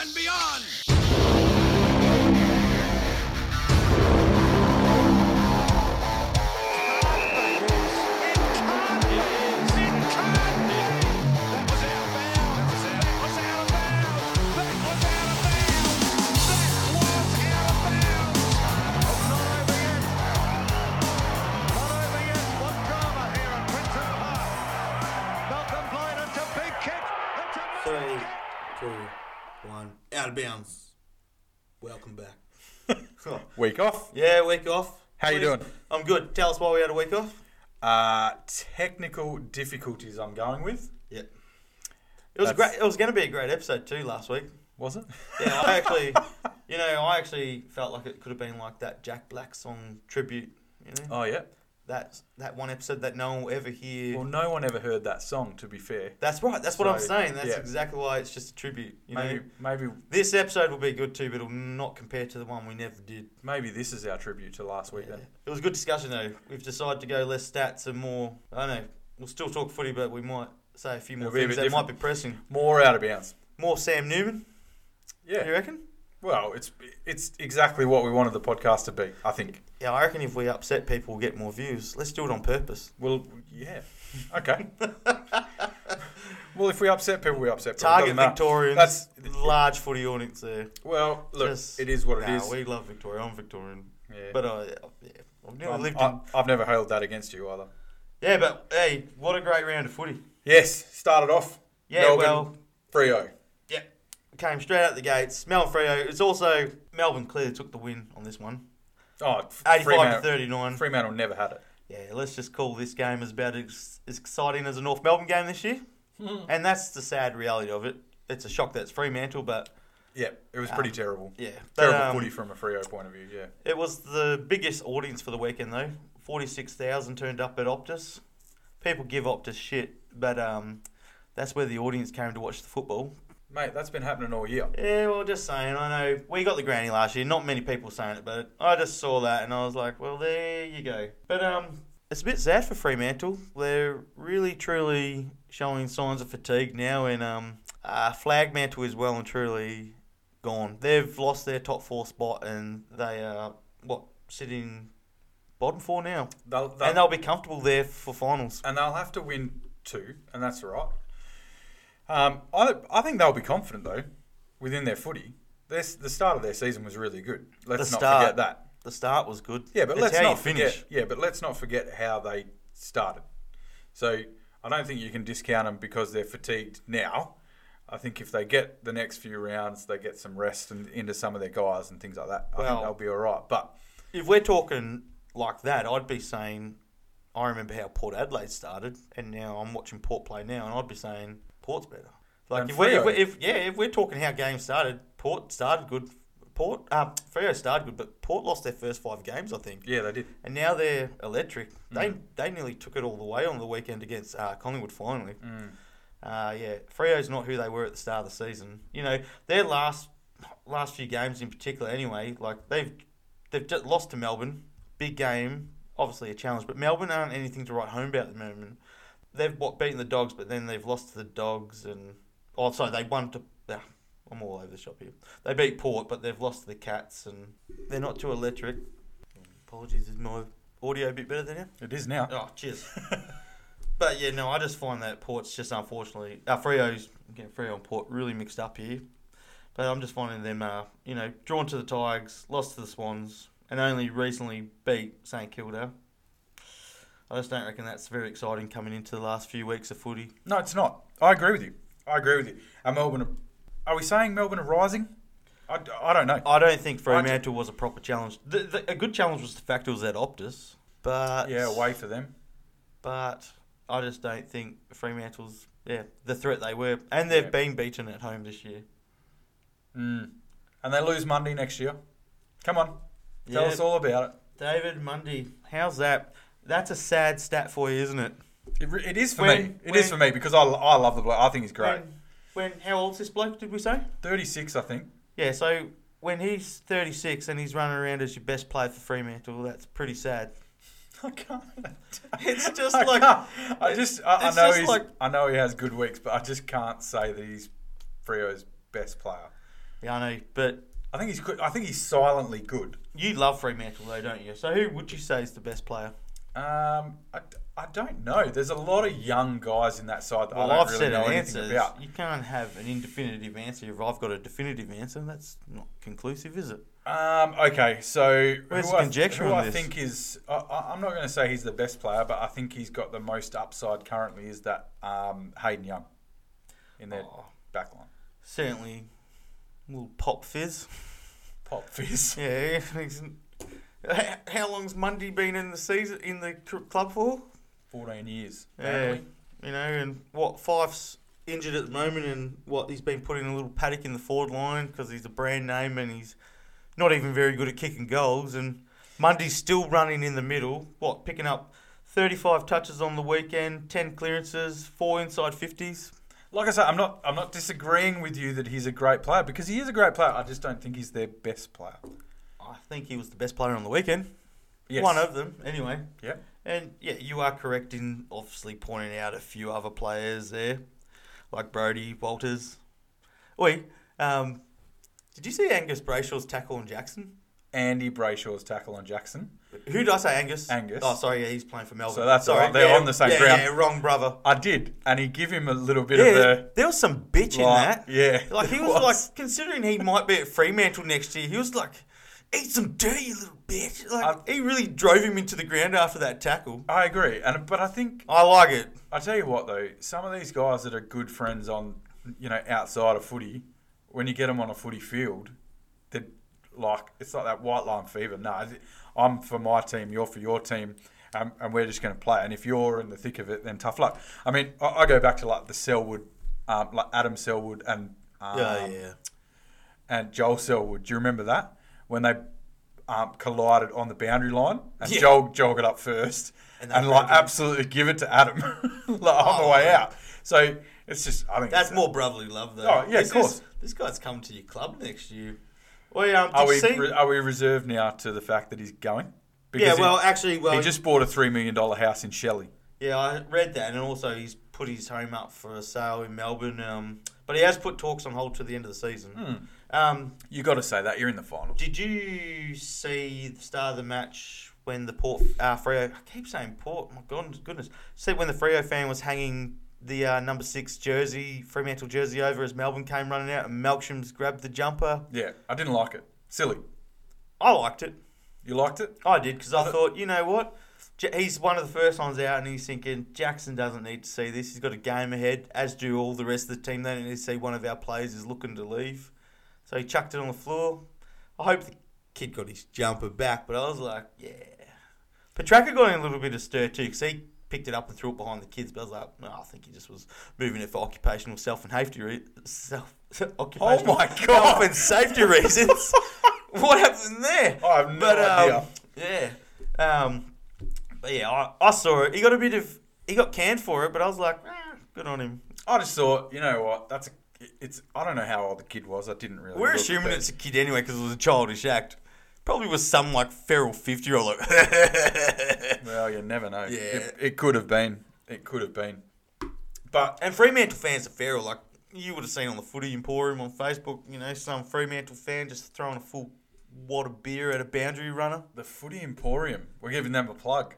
and beyond. Three, two, one. Out of bounds. Welcome back. Week off. yeah, week off. How you doing? I'm good. Tell us why we had a week off. Uh, technical difficulties. I'm going with. Yep. It was That's- great. It was going to be a great episode too last week. Was it? Yeah, I actually, you know, I actually felt like it could have been like that Jack Black song tribute. You know, Oh yeah. that that one episode that no one will ever hear. Well, no one ever heard that song. To be fair, that's right. That's what I'm So, saying. That's yeah. exactly why it's just a tribute. You know, maybe maybe this episode will be good too, but it'll not compare to the one we never did. maybe this is our tribute to last week. Then It was a good discussion though. We've decided to go less stats and more. I don't know. We'll still talk footy, but we might say a few more It'll be a things that bit might be pressing. more out of bounds. More Sam Newman. You Yeah. reckon? Well, it's it's exactly what we wanted the podcast to be. I think. Yeah, I reckon if we upset people, we'll get more views. Let's do it on purpose. Well, yeah. Okay. well, if we upset people, we upset people. It Target doesn't matter. Victorians. That's large footy audience there. well. Look, Just- it is what it Nah, is. We love Victoria. I'm Victorian. Yeah. But uh, yeah, I've never Um, lived in. I, I've never held that against you either. Yeah, but hey, what a great round of footy. Yes, started off. Yeah, Melbourne, well- Frio. Yeah. Came straight out the gates. Mel Freo. It's also Melbourne clearly took the win on this one. Oh, f- 85 to Fremantle, 39. Fremantle never had it. Yeah, let's just call this game as about as, as exciting as a North Melbourne game this year. Hmm. and that's the sad reality of it. It's a shock that it's Fremantle, but Yeah, it was pretty terrible. Um, yeah. But, Terrible um, footy from a Frio point of view. Yeah, It was the biggest audience for the weekend, though. 46,000 turned up at Optus. People give Optus shit, but um, that's where the audience came to watch the football. mate, that's been happening all year. Yeah, well, just saying. I know we got the granny last year. Not many people saying it, but I just saw that and I was like, well, there you go. But um, it's a bit sad for Fremantle. They're really truly showing signs of fatigue now, and um, uh, Flagmantle is well and truly gone. They've lost their top four spot, and they are what sitting bottom four now, They'll, they'll, and they'll be comfortable there for finals. and they'll have to win two, and that's all right. Um, I, I think they'll be confident though, within their footy. Their, s- the start of their season was really good. Let's The not start. forget that. The start was good. Yeah, but It's let's how you not forget. Yeah, but let's not forget how they started. So I don't think you can discount them because they're fatigued now. I think if they get the next few rounds, they get some rest and into some of their guys and things like that. I Well- think they'll be all right. But If we're talking like that, I'd be saying, I remember how Port Adelaide started, and now I'm watching Port play now, and I'd be saying Port's better. Like And if we're, if Freo. we're if yeah, if we're talking how games started, Port started good. Port um, Freo started good, but Port lost their first five games, I think, yeah, they did. and now they're electric. They they nearly took it all the way on the weekend against uh, Collingwood. Finally, uh, yeah, Freo's not who they were at the start of the season. You know, their last last few games in particular, anyway, like they've they've just lost to Melbourne, big game, obviously a challenge. But Melbourne aren't anything to write home about at the moment. They've what beaten the Dogs, but then they've lost to the Dogs, and oh, sorry, they won to. ah, I'm all over the shop here. They beat Port, but they've lost to the Cats, and they're not too electric. Apologies, is my audio a bit better than you? It is now. Oh, cheers. but yeah, no, I just find that Port's just unfortunately, uh, Freo's getting Freo and Port really mixed up here. But I'm just finding them, uh, you know, drawn to the Tigers, lost to the Swans, and only recently beat St Kilda. I just don't reckon that's very exciting coming into the last few weeks of footy. No, it's not. I agree with you. I agree with you. Are Melbourne? Are we saying Melbourne are rising? I, I don't know. I don't think Fremantle was a proper challenge. The, the, a good challenge was the fact it was at Optus, but Yeah, away for them. but I just don't think Fremantle's yeah the threat they were, and they've Yeah. been beaten at home this year. Mm. And they lose Monday next year. Come on, tell Yeah. us all about it. David Mundy, how's that? That's a sad stat for you, isn't it? It, re- it is for When- me. It is when- for me because I, I love the bloke. I think he's great. When, when how old's this bloke? Did we say? 36, I think. Yeah, so when he's 36 and he's running around as your best player for Fremantle, that's pretty sad. I can't. It's just I like- can't. I just I, I it's know just he's, like- I know he has good weeks, but I just can't say that he's Frio's best player. Yeah, I know. But I think he's good. I think he's silently good. you love Fremantle, though, don't you? So who would you say is the best player? Um, I, I don't know. There's a lot of young guys in that side that Well, I don't I've really said know an anything answer. about. You can't have an indefinitive answer. If I've got a definitive answer, that's not conclusive, is it? Um, okay, so Where's who the I- conjecture who on I this? think is I, I- I'm not going to say he's the best player, but I think he's got the most upside currently. Is that um, Hayden Young in their Oh. back line? Certainly, little pop fizz. Pop fizz. Yeah. he's- How- How long's Mundy been in the season in the cl- club for? 14 years. Yeah, apparently. you know, and what Fife's injured at the moment, and what he's been put in a little paddock in the forward line because he's a brand name and he's not even very good at kicking goals. And Mundy's still running in the middle, what picking up thirty-five touches on the weekend, ten clearances, four inside fifties. Like I said, I'm not I'm not disagreeing with you that he's a great player because he is a great player. I just don't think he's their best player. I think he was the best player on the weekend, Yes. one of them anyway. Yep. And yeah, you are correct in obviously pointing out a few other players there, like Brody Walters. Wait, um, did you see Angus Brayshaw's tackle on Jackson? Andy Brayshaw's tackle on Jackson. Who did I say, Angus? Angus. Oh, sorry, yeah, he's playing for Melbourne. So that's all sorry, right, they're yeah, on the same yeah, ground. Yeah, wrong brother. I did, and he give him a little bit yeah, of the there was some bitch in like, that. Yeah, Like he there was, like, considering he might be at Fremantle next year, he was like, "Eat some dirt, you little bitch!" Like he really drove him into the ground after that tackle. I agree, and but I think I like it. I tell you what though, some of these guys that are good friends on, you know, outside of footy, when you get them on a footy field, they're like it's like that white line fever. No, I thi- I'm for my team, you're for your team, um, and we're just going to play. And if you're in the thick of it, then tough luck. I mean, I, I go back to like the Selwood, um, like Adam Selwood and um, yeah, yeah. and Joel Selwood. Do you remember that when they um, collided on the boundary line and Yeah. Joel Joel got up first And and, they like grabbed him. absolutely give it to Adam like, on the Oh, way man. out. So it's just I think That's it's- more brotherly love, though. Oh, yeah, of This is- course. this guy's coming to your club next year. Well, yeah, um, did Are you we see? re- are we reserved now to the fact that he's going? yeah, he- well, actually, he, well, just bought a three million dollar house in Shelley. yeah, I read that, and also he's put his home up for sale in Melbourne. Um, but he has put talks on hold to the end of the season. Hmm. Um, You got to say that you're in the final. did you see the start of the match when the Port uh, Freo? I keep saying Port. My God, goodness! See when the Freo fan was hanging the uh, number six jersey, Fremantle jersey, over as Melbourne came running out, and Melksham's grabbed the jumper. Yeah, I didn't like it. Silly. I liked it. You liked it? I did because I thought, you know what? J- He's one of the first ones out, and he's thinking Jackson doesn't need to see this. He's got a game ahead, as do all the rest of the team. They don't need to see one of our players is looking to leave, so he chucked it on the floor. I hope the kid got his jumper back, but I was like, yeah. Petraka got in a little bit of stir too because he picked it up and threw it behind the kids. But I was like, no, I think he just was moving it for occupational self and safety re- self occupational Oh my health God. and safety reasons. what happened there? I have no but, idea. um, yeah. Um, but yeah, I, I saw it. He got a bit of he got canned for it, but I was like, "Ah, good on him. I just thought, you know what? That's a, it's. I don't know how old the kid was. I didn't really. We're look, assuming but- it's a kid anyway because it was a childish act. Probably was some like feral fifty year old. Like Well, you never know. Yeah. It, it could have been. It could have been. But and Fremantle fans are feral. Like you would have seen on the Footy Emporium on Facebook, you know, some Fremantle fan just throwing a full wad of beer at a boundary runner. the Footy Emporium, we're giving them a plug.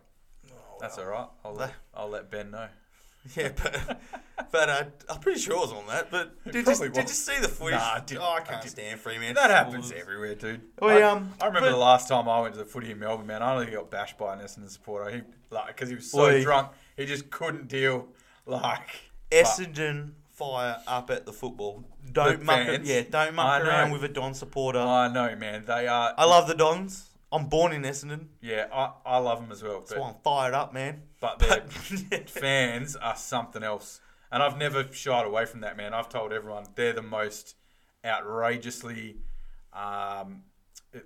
That's all right. I'll let, I'll let Ben know. Yeah, but but uh, I'm pretty sure it was on that. but did you, probably did you was. see the footage? Nah, I didn't. Oh, I I can't didn't. stand Fremantle. That happens supporters. everywhere, dude. Oh, I, yeah, um, I remember but- the last time I went to the Footy in Melbourne, man. I only got bashed by an Essendon supporter. He like because he was so Oi. drunk, he just couldn't deal. Like Essendon fire up at the football. Don't The muck. fans? Yeah, don't muck I know. around with a Don supporter. but I know, man. They are. I love the Dons. I'm born in Essendon. yeah, I, I love them as well. That's why But, I'm fired up, man. but they're But- fans are something else. And I've never shied away from that, man. I've told everyone they're the most outrageously, um,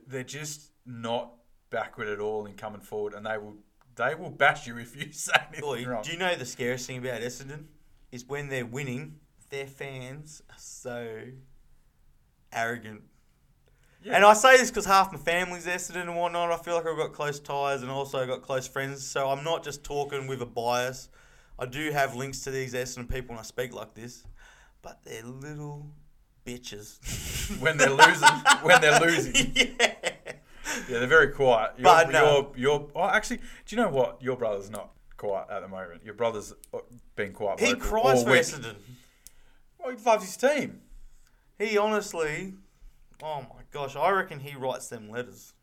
they're just not backward at all in coming forward, and they will they will bash you if you say anything Boy, wrong. do you know the scariest thing about Essendon is when they're winning, their fans are so arrogant. Yeah. And I say this because half my family's Essendon and whatnot. I feel like I've got close ties and also got close friends, so I'm not just talking with a bias. I do have links to these Essendon people when I speak like this, but they're little bitches. when they're losing. when they're losing. yeah. Yeah, they're very quiet. Your, But um, no. your, your, oh, actually, do you know what? Your brother's not quiet at the moment. Your brother's uh, been quiet. He vocal cries all for week. Essendon. Well, he loves his team. He honestly, oh my gosh, I reckon he writes them letters.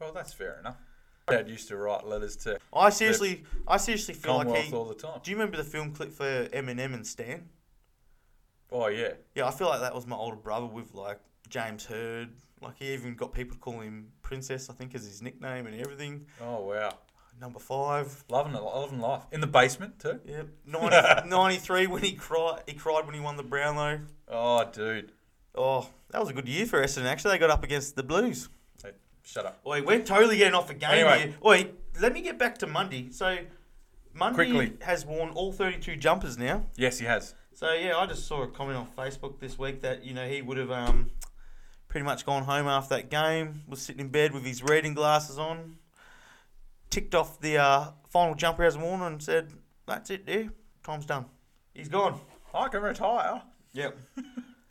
Well, that's fair enough. My dad used to write letters to I seriously, I seriously feel Commonwealth like he. all the time. Do you remember the film clip for Eminem and Stan? Oh yeah, Yeah, I feel like that was my older brother with like James Heard. Like he even got people to call him Princess, I think, as his nickname and everything. oh wow, Number five. loving it, loving life in the basement too. Yep. 90, 93 when he cried. He cried when he won the Brownlow. Oh dude, Oh, that was a good year for Essendon. Actually, they got up against the Blues. Hey, shut up. Oi, we're totally getting off the game Anyway. here. Oi, let me get back to Mundy. So, Mundy Quickly. has worn all 32 jumpers now. Yes, he has. So, yeah, I just saw a comment on Facebook this week that, you know, he would have um, pretty much gone home after that game, was sitting in bed with his reading glasses on, ticked off the uh, final jumper he has worn and said, that's it, dear. Time's done. He's gone. I can retire. Yep.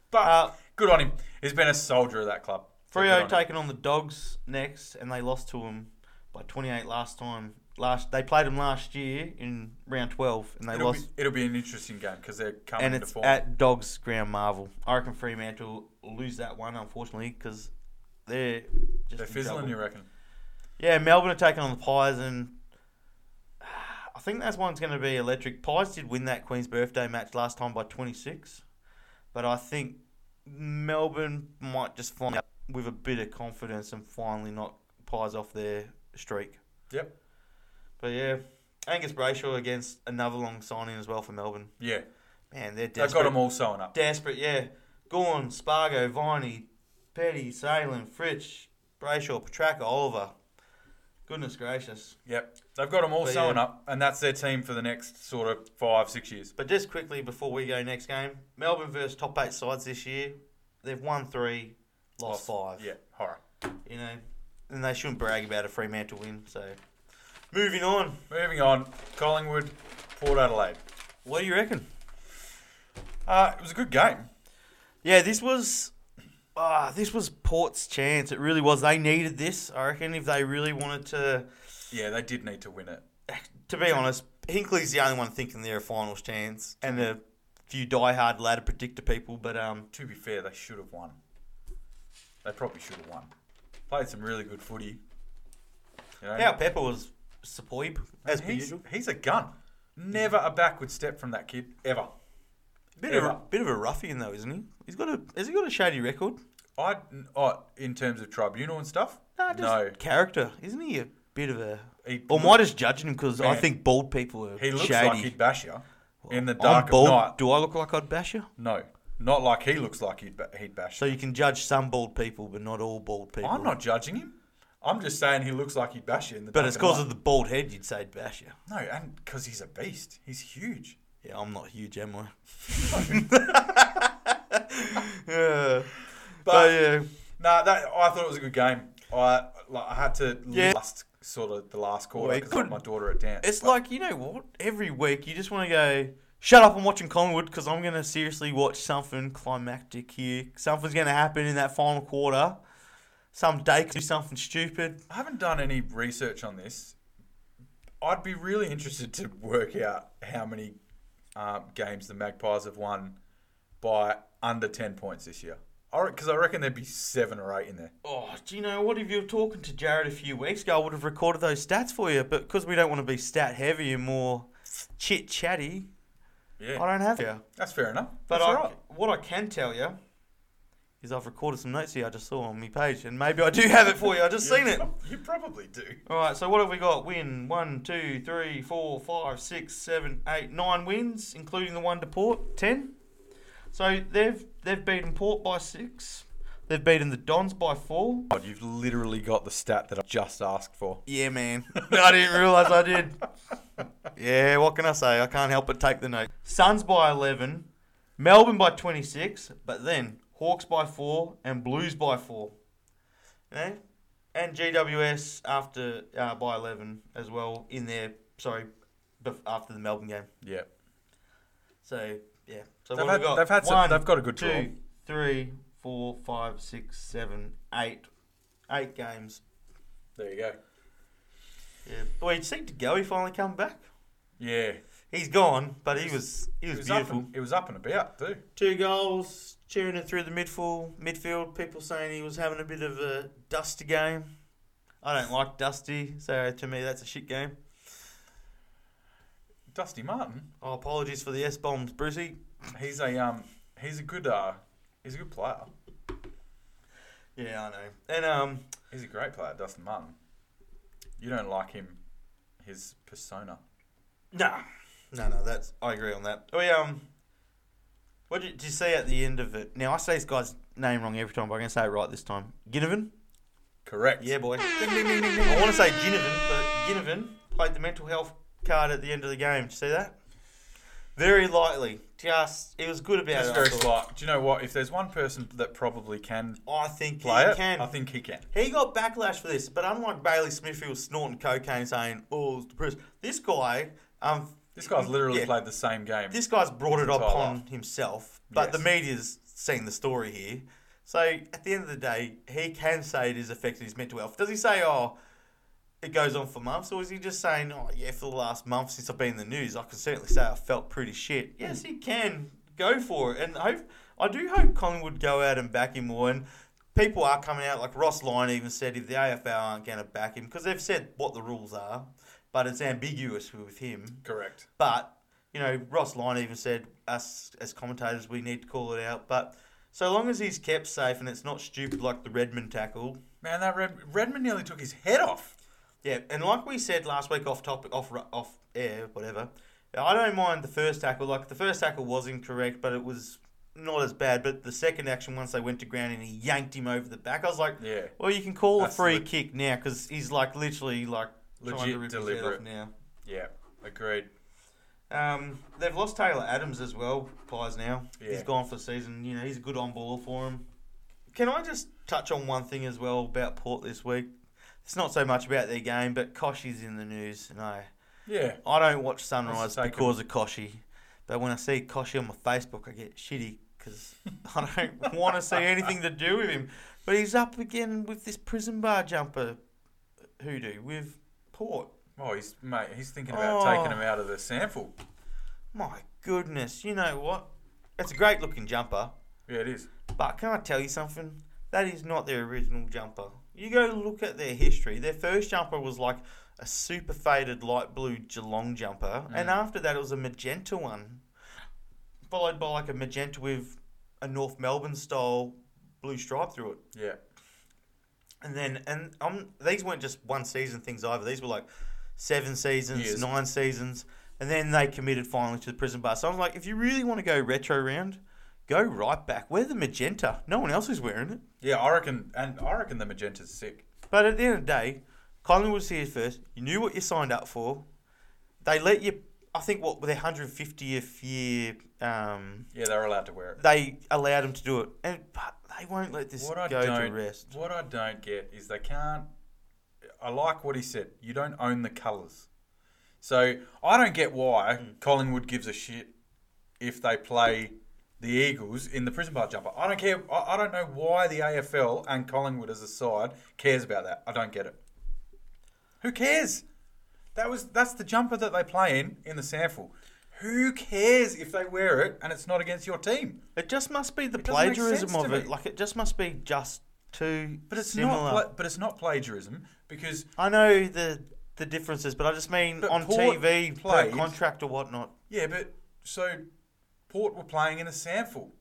But Uh, good on him. He's been a soldier of that club. So good on Freo him. taking on the Dogs next, and they lost to them by 28 last time. Last they played them last year in round 12, and they It'll be, lost. it'll be an interesting game because they're coming and into it's form. at Dogs Ground Marvel. I reckon Fremantle will lose that one, unfortunately, because they're just they're in fizzling, trouble. you reckon? Yeah, Melbourne are taking on the Pies, and I think that's one's going to be electric. Pies did win that Queen's Birthday match last time by 26, but I think Melbourne might just find out with a bit of confidence and finally knock Pies off their streak. Yep. But yeah, Angus Brayshaw against another long signing as well for Melbourne. Yeah, Man, they're desperate. they've got them all sewn up. Desperate, yeah. Gorn, Spargo, Viney, Petty, Salem, Fritsch, Brayshaw, Petraka, Oliver. Goodness gracious. Yep, they've got them all But, sewn yeah. up, and that's their team for the next sort of five, six years. But just quickly before we go next game, Melbourne versus top eight sides this year. They've won three, lost five. Yeah, horror. You know, and they shouldn't brag about a Fremantle win. So, moving on. Moving on, Collingwood, Port Adelaide. What do you reckon? Uh, it was a good game. Yeah, this was. Ah, this was Port's chance. It really was. They needed this, I reckon, if they really wanted to. Yeah, they did need to win it. To be honest, Hinkley's the only one thinking they're a finals chance, and a few diehard ladder predictor people. But um, To be fair, they should have won. They probably should have won. Played some really good footy. You know, yeah, Pepper was superb as per he's, usual. he's a gun. Never a backward step from that kid ever. Bit Ever. of a, bit of a ruffian though, isn't he? He's got a has he got a shady record? I oh, in terms of tribunal and stuff. no, character, isn't he? A bit of a. He Or am I just judging him because I Man. think bald people are he looks shady? like he'd bash you in the I'm dark of bald. night. Do I look like I'd bash you? No, not like he looks like he'd, ba- he'd bash. So you can judge some bald people, but not all bald people. I'm not judging him. I'm just saying he looks like he'd bash you in the. But dark it's night. because of the bald head you'd say bash you. No, and because he's a beast. He's huge. Yeah, I'm not huge, am I? yeah. But, yeah, Nah, that I thought it was a good game. I like, I had to Yeah. last sort of the last Well, quarter it because I had could- my daughter at dance. it's but like you know what? Every week you just want to go. Shut up! I'm watching Collingwood because I'm gonna seriously watch something climactic here. Something's gonna happen in that final quarter. Some day could do something stupid. I haven't done any research on this. I'd be really interested to work out how many um, games the Magpies have won by under ten points this year. Because I reckon there'd be seven or eight in there. Oh, do you know what? If you were talking to Jared a few weeks ago, I would have recorded those stats for you. But because we don't want to be stat heavy and more chit chatty, I Yeah, don't have you. that's fair enough. But that's I, all right. what I can tell you is I've recorded some notes here I just saw on my page, and maybe I do have it for you. I just seen it. prob- You probably do. All right, so what have we got? Win one, two, three, four, five, six, seven, eight, nine wins, including the one to Port, ten. So they've they've beaten Port by six. They've beaten the Dons by four. God, you've literally got the stat that I just asked for. Yeah, man. I didn't realise I did. Yeah, what can I say? I can't help but take the note. Suns by 11, Melbourne by 26, but then Hawks by 4 and Blues by 4. Yeah? And GWS after uh, by 11 as well in there, sorry, bef- after the Melbourne game. Yeah. So, yeah. So They've what had- have we got? they've had some- One, they've got a good two, draw. three, four, five, six, seven, eight. Eight games. There you go. Yeah. Well, you'd see Degoe finally come back. Yeah. He's gone, but he was he It was, was, up beautiful. and, it was up and about, too. Two goals, cheering it through the midfield. Midfield people saying he was having a bit of a dusty game. I don't like dusty, so to me that's a shit game. Dusty Martin, Oh, apologies for the S bombs, Brucey. he's a um, he's a good uh, he's a good player. Yeah, I know. And um, He's a great player, Dustin Martin. You don't like him, his persona. Nah, no, no. That's I agree on that. We um, what did, did you say at the end of it? Now I say this guy's name wrong every time, but I'm gonna say it right this time. Ginnivan. Correct. Yeah, boy. I want to say Ginnivan, but Ginnivan played the mental health card at the end of the game. Did you see that? Very lightly. Just it was good about Just it. I, very thought. slight. Do you know what? If there's one person that probably can I think play he it, can. I think he can. He got backlash for this, but unlike Bailey Smith, who was snorting cocaine, saying, "Oh, it's depressed," this guy, um, This guy's literally yeah. played the same game. this guy's brought it His entire upon himself, but Yes. the media's seen the story here. So at the end of the day, he can say it has affected his mental health. Does he say, oh, it goes on for months, or is he just saying, oh, yeah, for the last month since I've been in the news, I can certainly say I felt pretty shit? Yes, he can go for it. And I hope, I do hope Collingwood go out and back him more. And people are coming out, like Ross Lyon even said, if the AFL aren't going to back him, because they've said what the rules are, but it's ambiguous with him. Correct. But you know, Ross Lyon even said us as commentators we need to call it out. But so long as he's kept safe and it's not stupid like the Redmond tackle. Man, that Red, Redmond nearly took his head off. Yeah, and like we said last week, off topic, off ru- off air, whatever. I don't mind the first tackle. Like the first tackle was incorrect, but it was not as bad. But the second action, once they went to ground and he yanked him over the back, I was like, Yeah. well, you can call That's a free leg- kick now because he's like literally like trying to Legit rip his head off deliberate. now. Yeah. Agreed. Um, they've lost Taylor Adams as well. Pies now. He's Yeah. gone for the season. You know, he's a good on baller for him. Can I just touch on one thing as well about Port this week? It's not so much about their game, but Koshi's in the news, and I Yeah. I don't watch Sunrise take because of Koshi, but when I see Koshi on my Facebook, I get shitty because I don't want to see anything to do with him. But he's up again with this prison bar jumper hoodoo with Port. Oh, he's mate. He's thinking about Oh. taking him out of the sample. My goodness, you know what? It's a great looking jumper. Yeah, it is. But can I tell you something? That is not their original jumper. You go look at their history. Their first jumper was like a super faded light blue Geelong jumper, and after that it was a magenta one, followed by like a magenta with a North Melbourne style blue stripe through it. Yeah. And then and um, these weren't just one season things either. These were like seven seasons, Years. nine seasons, and then they committed finally to the prison bar. So I was like, if you really want to go retro round, go right back. Wear the magenta. No one else is wearing it. Yeah, I reckon, and I reckon the magenta's sick. But at the end of the day, Collingwood was here first. You knew what you signed up for. They let you. I think what with their 150th year, um, Yeah, they're allowed to wear it. they allowed them to do it, and but they won't let this What I go don't, to rest. what I don't get is they can't. I like what he said. You don't own the colours, so I don't get why Hmm. Collingwood gives a shit if they play the Eagles in the prison bar jumper. I don't care. I, I don't know why the AFL and Collingwood as a side cares about that. I don't get it. Who cares? That was that's the jumper that they play in in the sample. Who cares if they wear it and it's not against your team? It just must be the doesn't make plagiarism sense to of it. me. Like it just must be just too But it's similar. not. Pla- but it's not plagiarism because I know the the differences, but I just mean But on Port TV, per played- contract or whatnot. Yeah, but so Port were playing in a sample.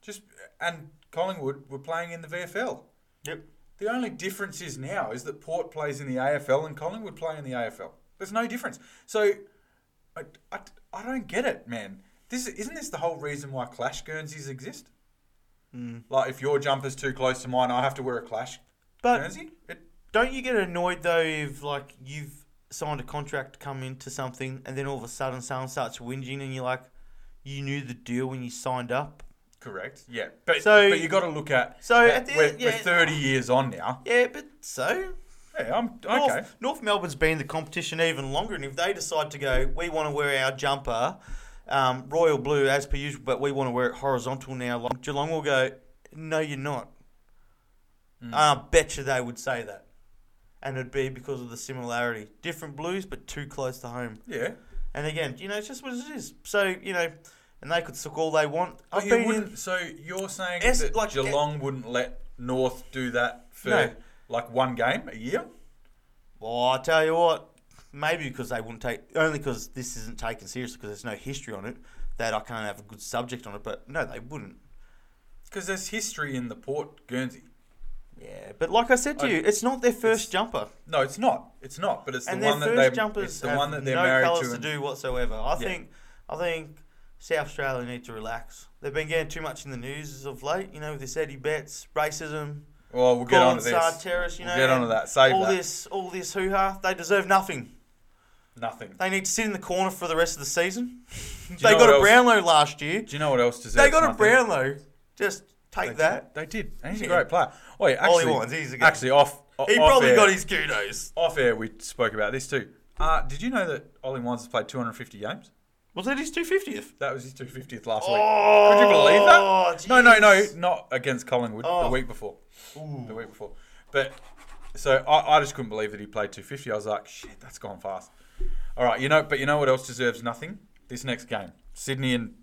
Just and Collingwood were playing in the VFL. Yep. The only difference is now is that Port plays in the AFL and Collingwood play in the AFL. There's no difference. So I, I, I don't get it, man. This isn't this the whole reason why clash Guernseys exist? Hmm. Like if your jumper's too close to mine, I have to wear a clash But Guernsey. It, Don't you get annoyed though if like you've signed a contract to come into something and then all of a sudden someone starts whinging and you're like, you knew the deal when you signed up. correct. Yeah, but So- but you got to look at. So at- at the- we're, we're yeah. 30 years on now. Yeah, but so Yeah, I'm North, okay. North Melbourne's been in the competition even longer, and if they decide to go, we want to wear our jumper Um, royal blue, as per usual, but we want to wear it horizontal now. Like Geelong will go, no, you're not. I bet you they would say that. And it'd be because of the similarity. Different blues, but too close to home. Yeah. And again, you know, it's just what it is. So, you know, and they could suck all they want. But I've you been in- wouldn't, so you're saying Es- that like, eh, Geelong wouldn't let North do that for No. like one game a year? Well, I tell you what, maybe because they wouldn't take, only because this isn't taken seriously because there's no history on it, that I can't have a good subject on it. But no, they wouldn't. Because there's history in the Port Guernsey. Yeah, but like I said to I- you, it's not their first jumper, No, it's not. It's not. But it's the and their one that first they. jumpers It's the have one that they're no married colours to. to and- do whatsoever. I Yeah. think, I think South Australia need to relax. They've been getting too much in the news of late. You know, with this Eddie Betts racism, Oh, Well, we'll get Colin onto this. Sartaris, you We'll know, get and onto that. Save all that. this, all this hoo ha. They deserve nothing. Nothing. They need to sit in the corner for the rest of the season. you they know got what a else- Brownlow last year. Do you know what else deserves They got a nothing? Brownlow. Just take They did. that. They did. And he's a Yeah. great player. Oh, yeah, All actually, he wants, he's a good- actually off. o- He off probably air, got his kudos. off air. We spoke about this too. Uh, did you know that Ollie Wines has played 250 games? Was that his 250th? That was his 250th last week. Oh, Could you believe that? No, no, no, jeez. not against Collingwood. The Oh. week before. The week before. But so I, I just couldn't believe that he played 250. I was like, shit, that's gone fast. All right, you know, but you know what else deserves nothing? This next game, Sydney and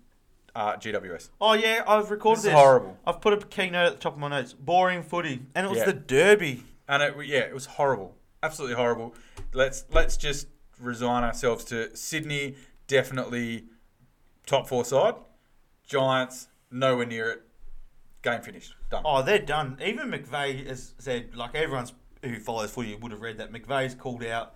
uh, GWS. Oh, yeah, I've recorded This is this. horrible. I've put a keynote at the top of my notes. Boring footy. And it was Yeah. the derby. and it yeah, it was horrible, absolutely horrible. Let's let's just resign ourselves to Sydney definitely top four side, Giants nowhere near it. Game finished, done. Oh, they're done. Even McVeigh has said, like everyone's who follows footy would have read that McVeigh's called out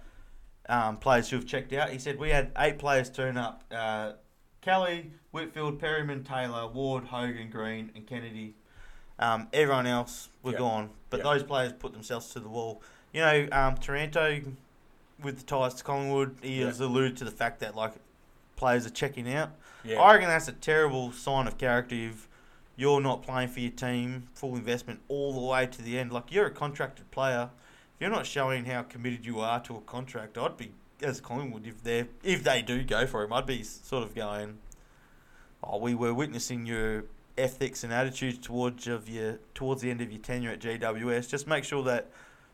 um, players who have checked out. He said we had eight players turn up: uh, Kelly, Whitfield, Perryman, Taylor, Ward, Hogan, Green, and Kennedy. Um, everyone else were Yeah. gone, but Yeah. those players put themselves to the wall. You know, um, Toronto with the ties to Collingwood, he Yeah. has alluded to the fact that like players are checking out. yeah, I reckon that's a terrible sign of character if you're not playing for your team, full investment all the way to the end. Like, you're a contracted player. If you're not showing how committed you are to a contract, I'd be, as Collingwood, if they if they do go for him, I'd be sort of going, oh, we were witnessing your ethics and attitudes towards of your towards the end of your tenure at GWS. Just make sure that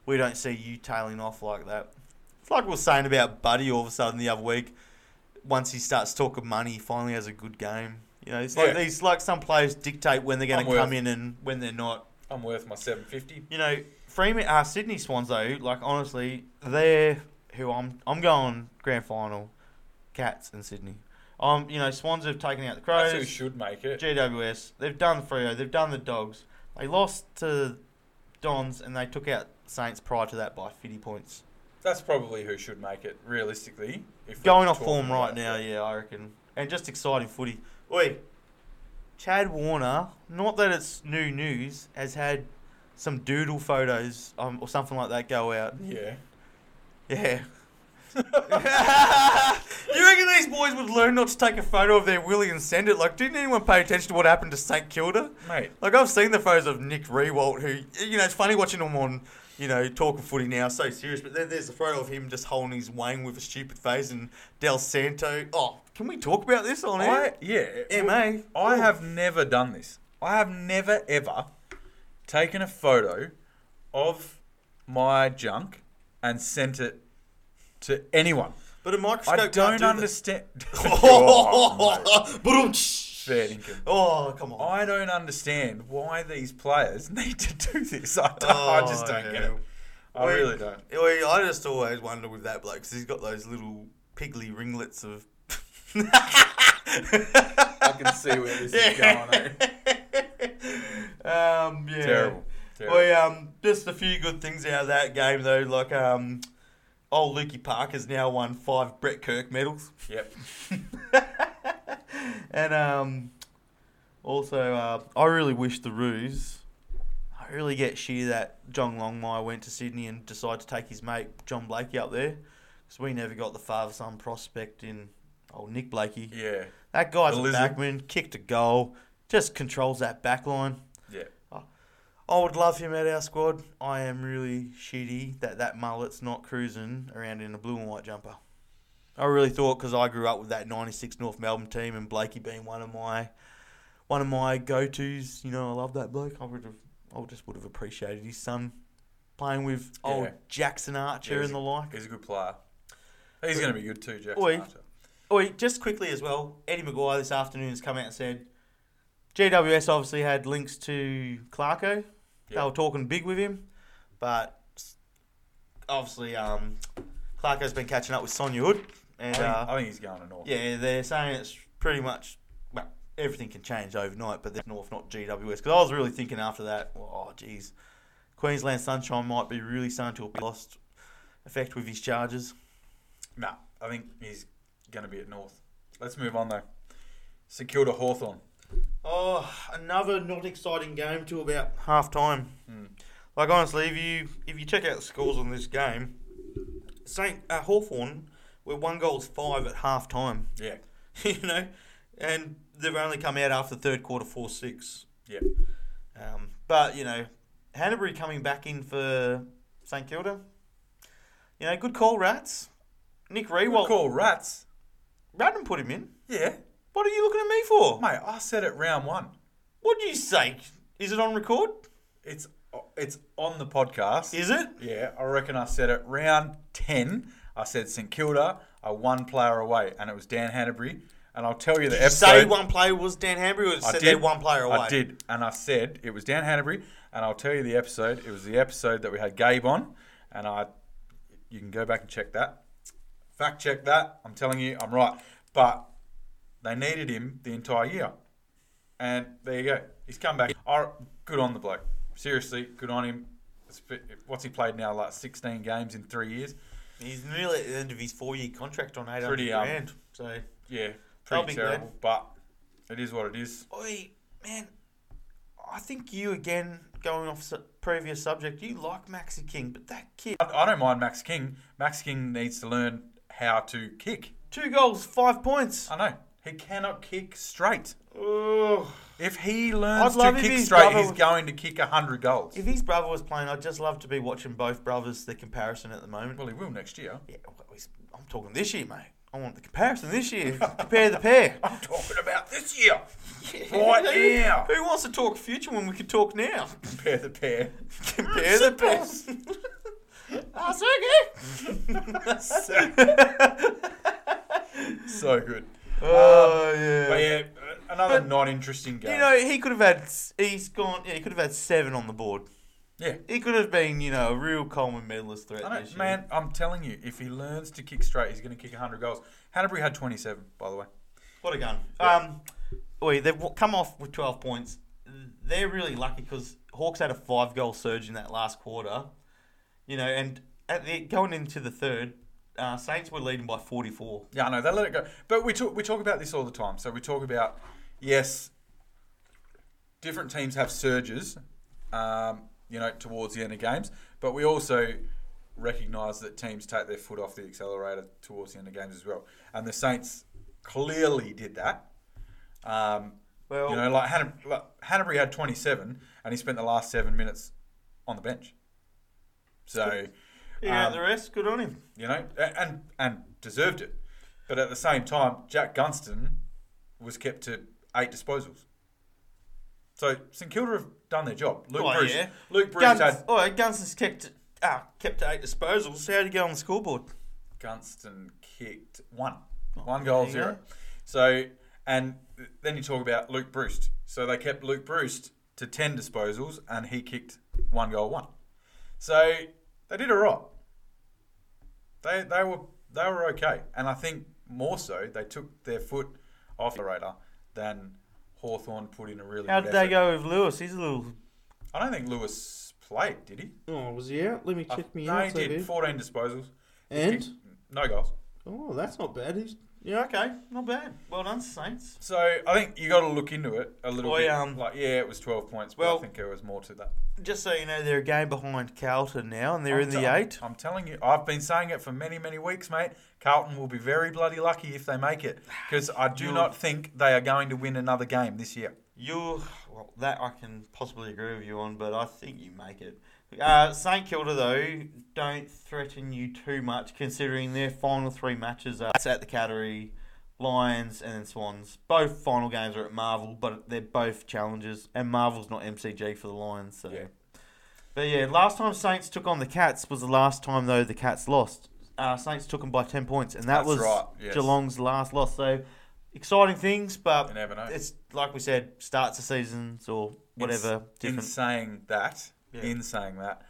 we don't see you tailing off like that. It's like we were saying about Buddy all of a sudden the other week. Once he starts talking money, he finally has a good game. You know, it's like Yeah. these like some players dictate when they're going I'm to with- come in and when they're not. I'm worth my 750. You know, Freeman, uh, Sydney Swans though, like honestly, they're who I'm. I'm going grand final, Cats and Sydney. Um, you know, Swans have taken out the Crows. That's who should make it. GWS. They've done the Freo. They've done the Dogs. They lost to Dons and they took out Saints prior to that by 50 points. That's probably who should make it realistically. If we're Going off talking form right about now, that. yeah, I reckon. And just exciting footy. Oi, Chad Warner, not that it's new news, has had some doodle photos um, or something like that go out. Yeah. Yeah. you reckon these boys would learn not to take a photo of their willy and send it? Like, didn't anyone pay attention to what happened to St Kilda? Mate, Like I've seen the photos of Nick Rewalt, who you know it's funny watching him on, you know, talking footy now, so serious. But then there's a photo of him just holding his wang with a stupid face, and Del Santo. Oh, can we talk about this on I, air? yeah. Ma, I have never done this. I have never ever taken a photo of my junk and sent it to anyone. but a I microscope. don't can't do that. understand. Oh, Fair dinkum. oh, come on. I don't understand why these players need to do this. I, don't, I Oh, just don't yeah. get it. I We- really don't. Oh, we- I just always wonder with that bloke because he's got those little piggly ringlets of. I can see where this is Yeah. going. eh? um, yeah. Terrible. Terrible. We um just a few good things out of that game though, like um old Lukey Parker's now won five Brett Kirk medals. Yep. and um also uh, I really wish the Ruse I really get sheer that John Longmire went to Sydney and decided to take his mate John Blakey up there because we never got the father son prospect in old Nick Blakey. Yeah. That guy's The a lizard. backman, kicked a goal, just controls that back line. Yeah. I would love him at our squad. I am really shitty that that mullet's not cruising around in a blue and white jumper. I really thought because I grew up with that '96 North Melbourne team and Blakey being one of my one of my go tos. You know, I love that bloke. I would have, I would just would have appreciated his son playing with old Yeah. Jackson Archer Yeah, and the like. He's a good player. He's going to be good too, Jackson Oi. Archer. Oh, wait, just quickly as well, Eddie Maguire this afternoon has come out and said GWS obviously had links to Clarko. They Yeah. were talking big with him, but s- obviously um, Clarko's been catching up with Sonia Hood, I and think, uh, I think he's going to North. yeah, they're saying it's pretty much well, everything can change overnight, but there's North, not GWS. Because I was really thinking after that, oh, geez, Queensland Sunshine might be really starting to have lost effect with his charges. No, I think he's going to be at North. Let's move on though. Secured a Hawthorn. Oh, another not exciting game till about half time. Hmm. Like honestly, if you if you check out the scores on this game, Saint uh, Hawthorn were one goal's five at half time. Yeah, you know, and they've only come out after third quarter four six. yeah. Um, but you know, Hanbury coming back in for St Kilda. You know, good call, Rats. Nick Well, Rewalt. call rats. Radden put him in. Yeah, What are you looking at me for? mate. I said it round one. What do you say? Is it on record? It's it's on the podcast. Is it? Yeah, I reckon I said it round 10. I said St Kilda are one player away, and it was Dan Hanbury. And I'll tell you the You episode. say one player was Dan Hambry or I said they're one player away? I did, and I said it was Dan Hanbury, and I'll tell you the episode. It was the episode that we had Gabe on, and I, you can go back and check that. Fact check that. I'm telling you, I'm right. But they needed him the entire year, and there you go. He's come back. I- good on the bloke. Seriously, good on him. It's fi- What's he played now? Like 16 games in three years. He's nearly at the end of his four-year contract on eight hundred Pretty, um, grand. So, Yeah, They'll pretty be good. terrible, but it is what it is. oi, man, I think you again going off su- previous subject. You like Maxi King, but that kid, I, I don't mind Max King. Max King needs to learn how to kick. two goals, five points. I know. He cannot kick straight. Ugh. If he learns I'd love to if kick his straight, brother he's was- going to kick 100 goals. If his brother was playing, I'd just love to be watching both brothers. The comparison at the moment. Well, he will next year. yeah, well, he's- I'm talking this year, mate. I want the comparison this year. Compare the pair. I'm talking about this year. Why Right now. Who wants to talk future when we can talk now? Compare the pair. Compare the best. Ah, so, so good. Oh But yeah. yeah, another But- not interesting game. You know, he could have had. s- He's gone. Yeah, he could have had seven on the board. yeah. He could have been, you know, a real Coleman medalist threat I don't- this year. man, I'm telling you, if he learns to kick straight, he's going to kick 100 goals. Hanbury had 27, by the way. what a gun. Yeah. Um, wait, they've w- come off with twelve points. They're really lucky because Hawks had a five-goal surge in that last quarter. You know, and at the, going into the third, uh, Saints were leading by forty-four. Yeah, I know they let it go. But we talk we talk about this all the time. So we talk about yes, different teams have surges, um, you know, towards the end of games. But we also recognise that teams take their foot off the accelerator towards the end of games as well. And the Saints clearly did that. Um, Well, you know, like, Hanna, like Hanbury had 27, and he spent the last seven minutes on the bench. So. yeah, um, the rest good on him. you know, a- and and deserved it. But at the same time, Jack Gunston was kept to eight disposals. So St Kilda have done their job. Luke Oh, Bruce, yeah. Luke Bruce Guns, had oh, Gunston's kept uh, kept to eight disposals. How did he go on the scoreboard? Gunston kicked one, one goal Oh, there you zero. go. So and then you talk about Luke Bruce. So they kept Luke Bruce to ten disposals, and he kicked one goal one. So they did all right. They they were they were okay, and I think more so they took their foot off the radar than Hawthorn put in a really. How good did they effort. go with Lewis? He's a little. I don't think Lewis played, did he? Oh, was he out? Let me I- check me no, out. he so I did. did. Fourteen disposals, And no goals. oh, that's not bad. He's Yeah, okay, not bad. Well done, Saints. So I think you got to look into it a little Oi, bit. um, like yeah, it was twelve points, but well, I think there was more to that. Just so you know, they're a game behind Carlton now, and they're I'm in the tell- eight. I'm telling you, I've been saying it for many, many weeks, mate. Carlton will be very bloody lucky if they make it because I do You'll- not think they are going to win another game this year. You, well, that I can possibly agree with you on, but I think you make it. Uh, St Kilda though don't threaten you too much, considering their final three matches are at the Cattery, Lions, and then Swans. Both final games are at Marvel, but they're both challenges, and Marvel's not MCG for the Lions. So, Yeah. but yeah, last time Saints took on the Cats was the last time though the Cats lost. Uh, Saints took them by ten points, and that That's was right, yes. Geelong's last loss. So exciting things, but You never know. it's like we said, starts of seasons or whatever. In, in different. saying that, Yeah. in saying that,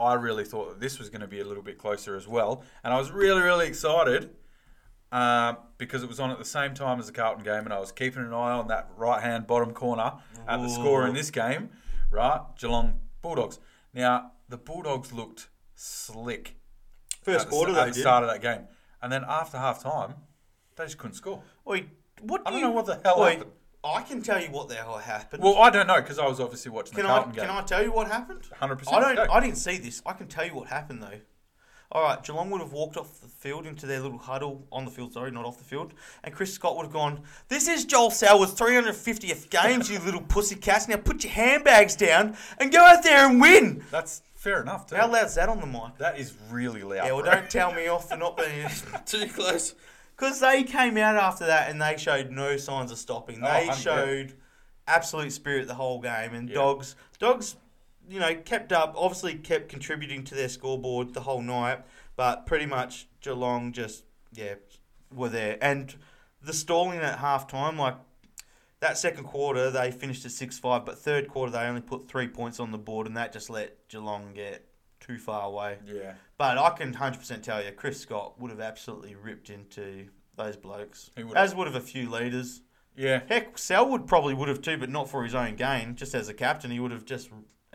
I really thought that this was going to be a little bit closer as well, and I was really, really excited uh, because it was on at the same time as the Carlton game, and I was keeping an eye on that right-hand bottom corner at the score in Ooh. this game, right? Geelong Bulldogs. Now the Bulldogs looked slick at First the, quarter, at they the did. start of that game, and then after half time, they just couldn't score. Oi, what I do don't you- know what the hell Oi, happened. I can tell you what the hell happened. Well, I don't know because I was obviously watching can the I Carlton can game. I tell you what happened? 100%, I don't. go. I didn't see this. I can tell you what happened though. All right, Geelong would have walked off the field into their little huddle on the field, sorry, not off the field, and Chris Scott would have gone. This is Joel Sauer's 350th games, you little pussycats. Now put your handbags down and go out there and win. That's fair enough. Too. How loud's that on the mic? That is really loud. Yeah, well, bro. don't tell me off for not being too close. Because they came out after that and they showed no signs of stopping. Oh, 100, They yeah. showed absolute spirit the whole game, and Yeah. dogs, dogs, you know, kept up. Obviously, kept contributing to their scoreboard the whole night, but pretty much Geelong just yeah were there. And the stalling at half time, like that second quarter, they finished at six five, but third quarter they only put three points on the board, and that just let Geelong get too far away. Yeah. But I can hundred percent tell you, Chris Scott would have absolutely ripped into those blokes. He would as would have a few leaders. Yeah. Heck, Selwood probably would have too, but not for his own gain. Just as a captain, he would have just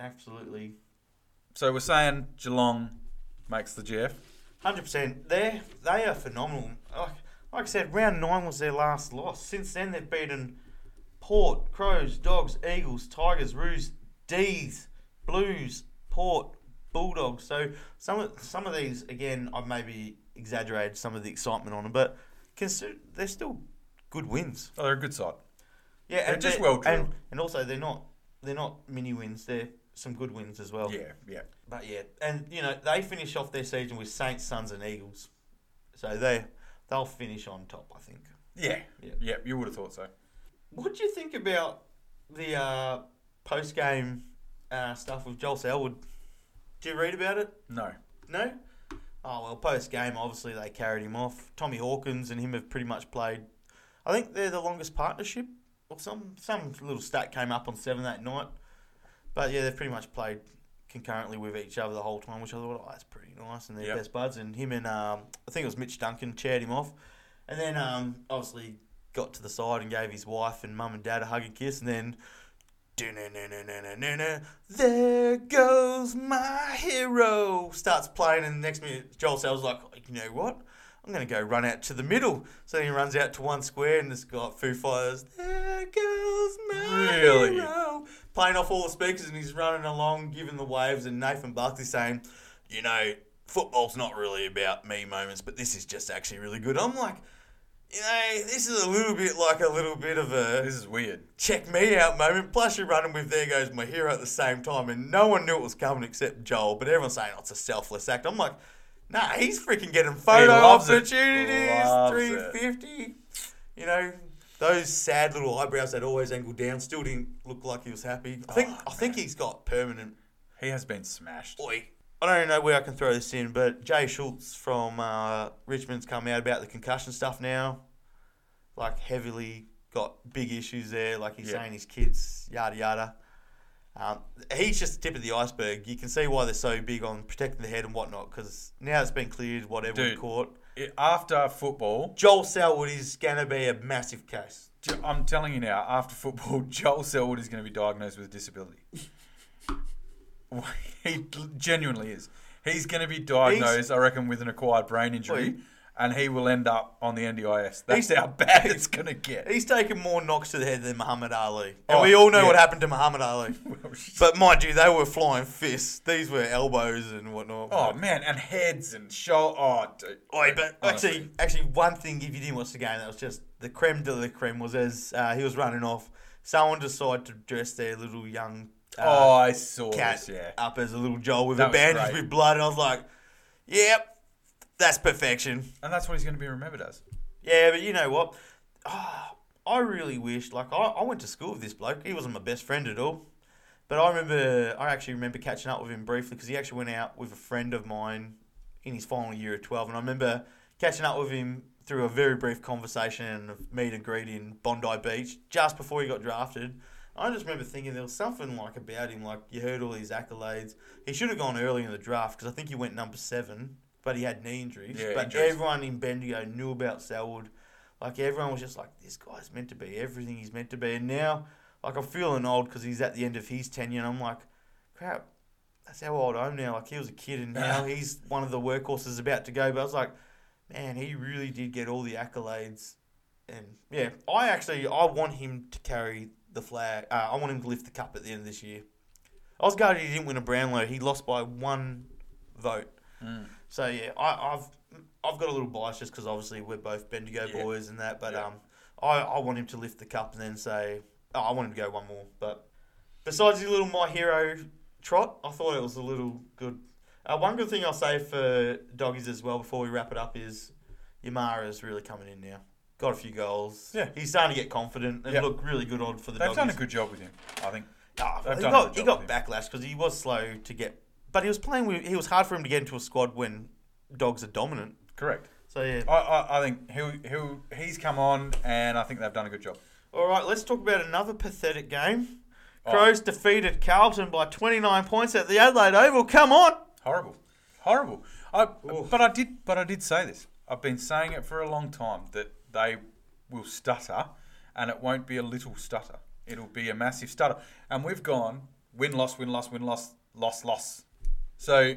absolutely So we're saying Geelong makes the GF. hundred percent. They they are phenomenal. Like, like I said, round nine was their last loss. Since then, they've beaten Port, Crows, Dogs, Eagles, Tigers, Roos, D's, Blues, Port, Bulldogs. So some of some of these again, I've maybe exaggerated some of the excitement on them, but consider they're still good wins. Oh, they're a good side. Yeah, They're and just they're- well drilled. and, and also they're not they're not mini wins. They're some good wins as well. Yeah. Yeah. But yeah, and you know they finish off their season with Saints, Suns, and Eagles, so they they'll finish on top, I think. Yeah. Yeah. Yeah. You would have thought so. What do you think about the uh, post game uh, stuff with Joel Selwood? Did you read about it? No. No. Oh well, post game obviously they carried him off. Tommy Hawkins and him have pretty much played. I think they're the longest partnership, or some some little stat came up on seven that night. But yeah, they've pretty much played concurrently with each other the whole time, which I thought, oh, that's pretty nice, and they're Yep. best buds. And him and um, I think it was Mitch Duncan chaired him off, and then um, obviously got to the side and gave his wife and mum and dad a hug and kiss, and then. "Dun-dun-dun-dun-dun-dun-dun, There goes my hero. Starts playing, and the next minute, Joel Sells like, you know what? I'm going to go run out to the middle. So he runs out to one square, and this guy, Foo Fighters, there goes my Really? hero. Playing off all the speakers, and he's running along, giving the waves, and Nathan Buckley saying, you know, football's not really about me moments, but this is just actually really good. I'm like, you know, this is a little bit like a little bit of a This is weird. check me out moment. Plus, you're running with There Goes My Hero at the same time, and no one knew it was coming except Joel. But everyone's saying, oh, it's a selfless act. I'm like, nah, he's freaking getting photo loves it. opportunities, Loves it. 350. You know, those sad little eyebrows that always angled down still didn't look like he was happy. I think, Oh, I think he's got permanent He has been smashed. Oi. I don't even know where I can throw this in, but Jay Schultz from uh, Richmond's come out about the concussion stuff now. Like, heavily got big issues there. Like, he's Yeah. saying his kids, yada, yada. Um, he's just the tip of the iceberg. You can see why they're so big on protecting the head and whatnot, because now it's been cleared, whatever in Dude. court. It- after football, Joel Selwood is going to be a massive case. Jo- I'm telling you now, after football, Joel Selwood is going to be diagnosed with a disability. he genuinely is. He's going to be diagnosed, I reckon, with an acquired brain injury, Wait. and he will end up on the NDIS. That's He's- how bad it's going to get. He's taken more knocks to the head than Muhammad Ali. And we Oh, all know yeah. what happened to Muhammad Ali. but mind you, they were flying fists. These were elbows and whatnot. Oh man, and heads and shoulder. Oh, dude. Oi, but Uh, Honestly. actually, actually, one thing if you didn't watch the game, that was just the creme de la creme was as uh, he was running off. someone decided to dress their little young oh, uh, I saw cat this. Yeah. up as a little Joel with That a was bandage great. with blood, and I was like, "Yep, that's perfection." And that's what he's going to be remembered as. Yeah, but you know what? Ah, I really wish, like, I, I went to school with this bloke. He wasn't my best friend at all. But I remember, I actually remember catching up with him briefly because he actually went out with a friend of mine in his final year of 12. And I remember catching up with him through a very brief conversation and a meet and greet in Bondi Beach just before he got drafted. I just remember thinking there was something like about him, like you heard all these accolades. He should have gone early in the draft because I think he went number seven, but he had knee injuries. Yeah, but injuries. everyone in Bendigo knew about Selwood. Like everyone was just like, this guy's meant to be everything he's meant to be. And now, like I'm feeling old because he's at the end of his tenure, and I'm like, crap, that's how old I'm now. Like he was a kid, and now he's one of the workhorses about to go. But I was like, man, he really did get all the accolades, and yeah, I actually I want him to carry the flag. Uh, I want him to lift the cup at the end of this year. I was gutted he didn't win a Brownlow. He lost by one vote. So yeah, I, I've I've got a little bias just because obviously we're both Bendigo Yeah. boys and that, but Yeah. um, I, I want him to lift the cup and then say oh, I want him to go one more. But besides his little my hero trot, I thought it was a little good. Uh, one good thing I'll say for doggies as well before we wrap it up is Yamara's really coming in now. Got a few goals. Yeah. he's starting to get confident and Yeah. look really good on for the They've doggies. done a good job with him, I think. Ah, They've he done got, a he good job got there. backlash because he was slow to get, but he was playing. With, he was hard for him to get into a squad when dogs are dominant. Correct. So yeah. I, I, I think he'll, he'll, he's come on, and I think they've done a good job. All right, let's talk about another pathetic game. Oh. Crows defeated Carlton by 29 points at the Adelaide Oval. Come on. Horrible, horrible. I, but I did, but I did say this. I've been saying it for a long time that they will stutter, and it won't be a little stutter. It'll be a massive stutter. And we've gone win loss win loss win loss loss loss. So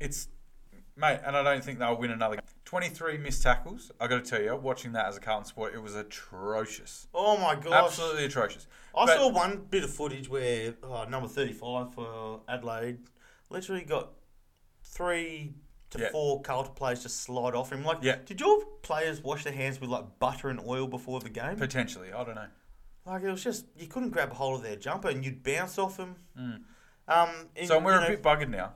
it's mate, and I don't think they'll win another. game. Twenty three missed tackles. I got to tell you, watching that as a Carlton sport, it was atrocious. Oh my gosh. Absolutely atrocious. I But- saw one bit of footage where oh, number 35 for Adelaide literally got three to Yeah. four Carlton players just slide off him. Like, Yeah. did your players wash their hands with like butter and oil before the game? potentially. I don't know. Like it was just you couldn't grab a hold of their jumper and you'd bounce off them. Um, and, Mm. So we're you a know, bit buggered now.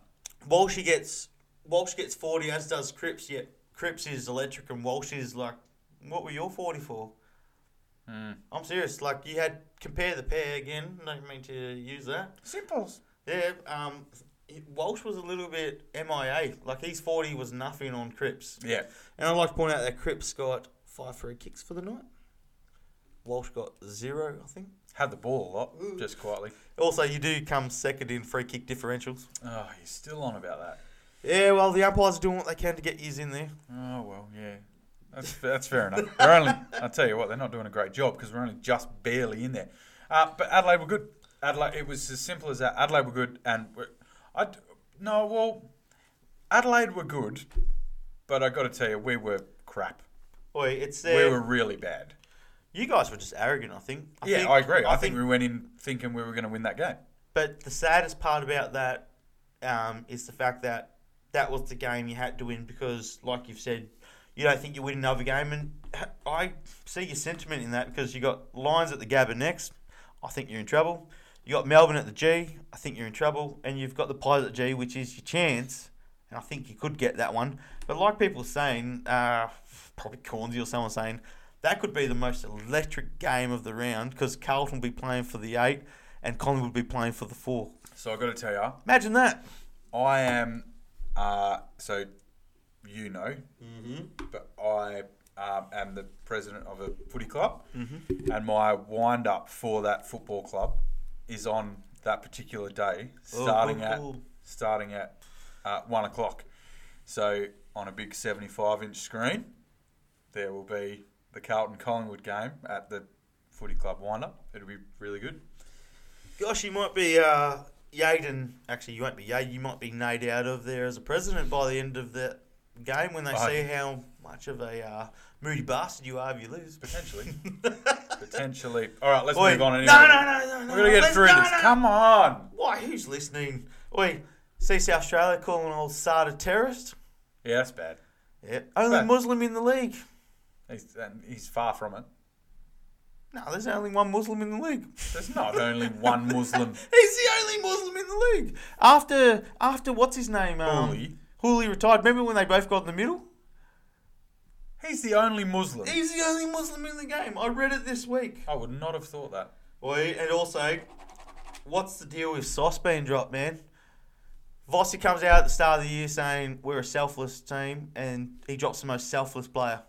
Walsh he gets Walsh gets forty as does Cripps. Yet Cripps is electric and Walsh is like, what were your forty for? I'm serious. Like you had compare the pair again. Don't mean to use that. Simples. Yeah. Um, Walsh was a little bit MIA. Like his forty was nothing on Cripps. Yeah. And I'd like to point out that Cripps got five free kicks for the night. Walsh got zero, I think. Had the ball a lot, just quietly. Also, you do come second in free kick differentials. Oh, he's still on about that. Yeah, well, the umpires are doing what they can to get yous in there. Oh well, yeah. That's that's fair enough. We're only, I'll tell you what, they're not doing a great job because we're only just barely in there. Uh, but Adelaide were good. Adelaide, it was as simple as that. Adelaide were good, and we I no, well, Adelaide were good, but I got to tell you, we were crap. Oi, it's We there. were really bad. You guys were just arrogant, I think. I yeah, think, I agree. I, think, we went in thinking we were going to win that game. But the saddest part about that um, is the fact that that was the game you had to win because, like you've said, you don't think you win another game. And I see your sentiment in that because you got Lions at the Gabba next. I think you're in trouble. You got Melbourne at the G. I think you're in trouble. And you've got the Pies at G, which is your chance. And I think you could get that one. But like people were saying, uh, probably Cornsey or someone saying, that could be the most electric game of the round because Carlton will be playing for the eight and Collingwood will be playing for the four. So I got to tell you, Imagine that. I am. Uh, so, you know, Mm-hmm. but I um, am the president of a footy club, Mm-hmm. and my wind up for that football club is on that particular day, Oh, starting oh, at oh. starting at uh, one o'clock. So, on a big seventy-five inch screen, there will be the Carlton Collingwood game at the footy club wind up. It'll be really good. Gosh, you might be uh, Yaden. Actually, you won't be Yaden. You might be nade out of there as a president by the end of the game when they I- see how much of a uh, moody bastard you are if you lose. Potentially. Potentially. All right, let's Oi, move on. no, Anyway. no, no, no, no. We're gonna get Let's- through no, this. no, no. Come on. Why? Who's listening? Oi, see South Australia calling old Sard a terrorist? Yeah, that's bad. Yeah, only Right. Muslim in the league. He's, and he's far from it. No, there's only one Muslim in the league. There's not only one Muslim. He's the only Muslim in the league. After after what's his name? Um, Hooli. Hooli retired. Remember when they both got in the middle? He's the only Muslim. He's the only Muslim in the game. I read it this week. I would not have thought that. Well, and also, what's the deal with Sauce being dropped, man? Vossi comes out at the start of the year saying we're a selfless team, and he drops the most selfless player.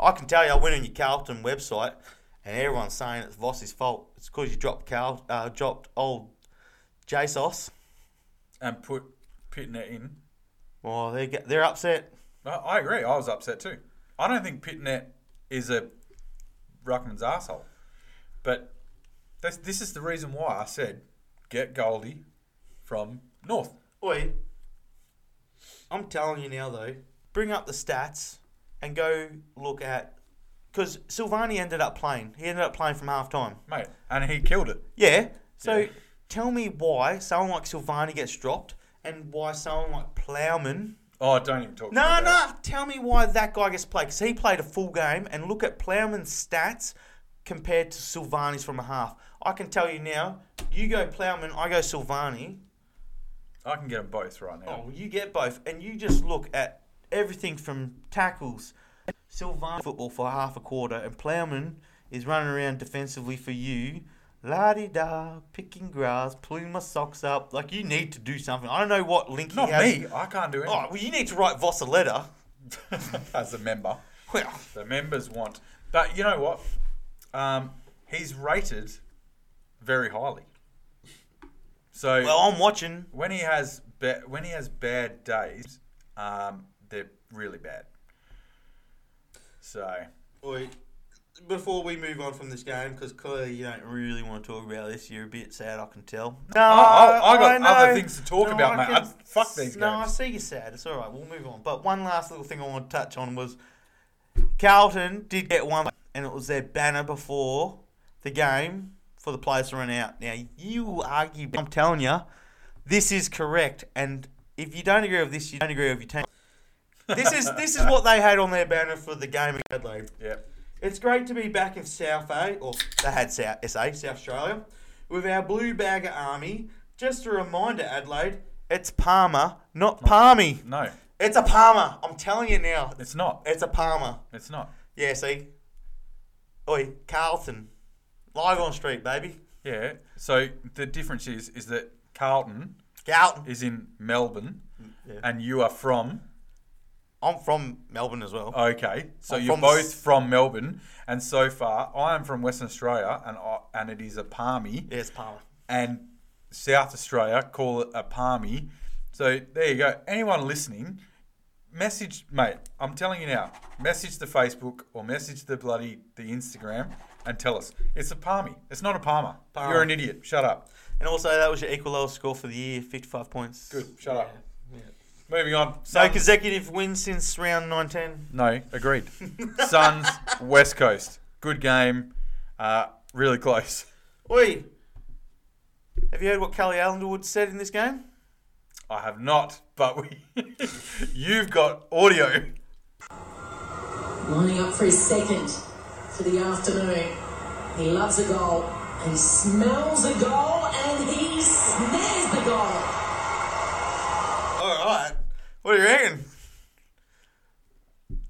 I can tell you, I went on your Carlton website, and everyone's saying it's Vossi's fault. It's because you dropped Carl, uh, dropped old J Sauce. And put Pitner in. Well, they get, they're upset. I, I agree. I was upset too. I don't think Pitnet is a Ruckman's asshole, but this this is the reason why I said get Goldie from North. Oi, I'm telling you now though, bring up the stats and go look at because Silvani ended up playing. He ended up playing from half time. mate, and he killed it. Yeah. So Yeah. tell me why someone like Silvani gets dropped and why someone like Plowman. Oh, don't even talk. No, about that. no. Tell me why that guy gets played because he played a full game and look at Plowman's stats compared to Silvani's from a half. I can tell you now, you go Plowman, I go Silvani. I can get them both right now. Oh, you get both, and you just look at everything from tackles, Sylvan football for half a quarter, and Plowman is running around defensively for you. La di da, picking grass, pulling my socks up. Like you need to do something. I don't know what link Not he has. me. I can't do Oh, anything well, you need to write Voss a letter. as a member. Well, The members want, but you know what? Um, he's rated very highly. So well, I'm watching. when he has ba- when he has bad days, um, they're really bad. So Wait, before we move on from this game, because clearly you don't really want to talk about this, you're a bit sad. I can tell. No, I- I got other things to talk about, mate. I- fuck these No, I games. see you're sad. It's all right. We'll move on. But one last little thing I want to touch on was Carlton did get one, and it was their banner before the game for the players to run out. Now you argue, but I'm telling you, this is correct. And if you don't agree with this, you don't agree with your team. this is this is what they had on their banner for the game in Adelaide. yeah, It's great to be back in South A, or they had South SA, South Australia, with our Blue Bagger Army. Just a reminder, Adelaide, it's Palmer, not Palmy. no, It's a Palmer. I'm telling you now, it's not. it's a Palmer. It's not. Yeah, see, oi, Carlton, live on street, baby, Yeah. So the difference is is that Carlton Carlton. is in Melbourne, Mm, Yeah. and you are from. I'm from Melbourne as well. Okay, so I'm you're from the both s- from Melbourne, and so far I am from Western Australia, and I, and it is a palmy, Yeah, it's Palmer. and South Australia call it a palmy. So there you go. Anyone listening, message mate. I'm telling you now, message the Facebook or message the bloody the Instagram and tell us it's a palmy. It's not a palmer. Palmer. You're an idiot. Shut up. And also, that was your equal lowest score for the year, 55 points. Good. Shut up. Moving on. No Suns- consecutive wins since round 19. No, agreed. Suns, West Coast. Good game. Uh, really close. Oi! Have you heard what Kelly Allenwood said in this game? I have not, but we you've got audio. lining up for his second for the afternoon. He loves a goal, and he smells a goal, and he snares the goal. Alright. What do you reckon?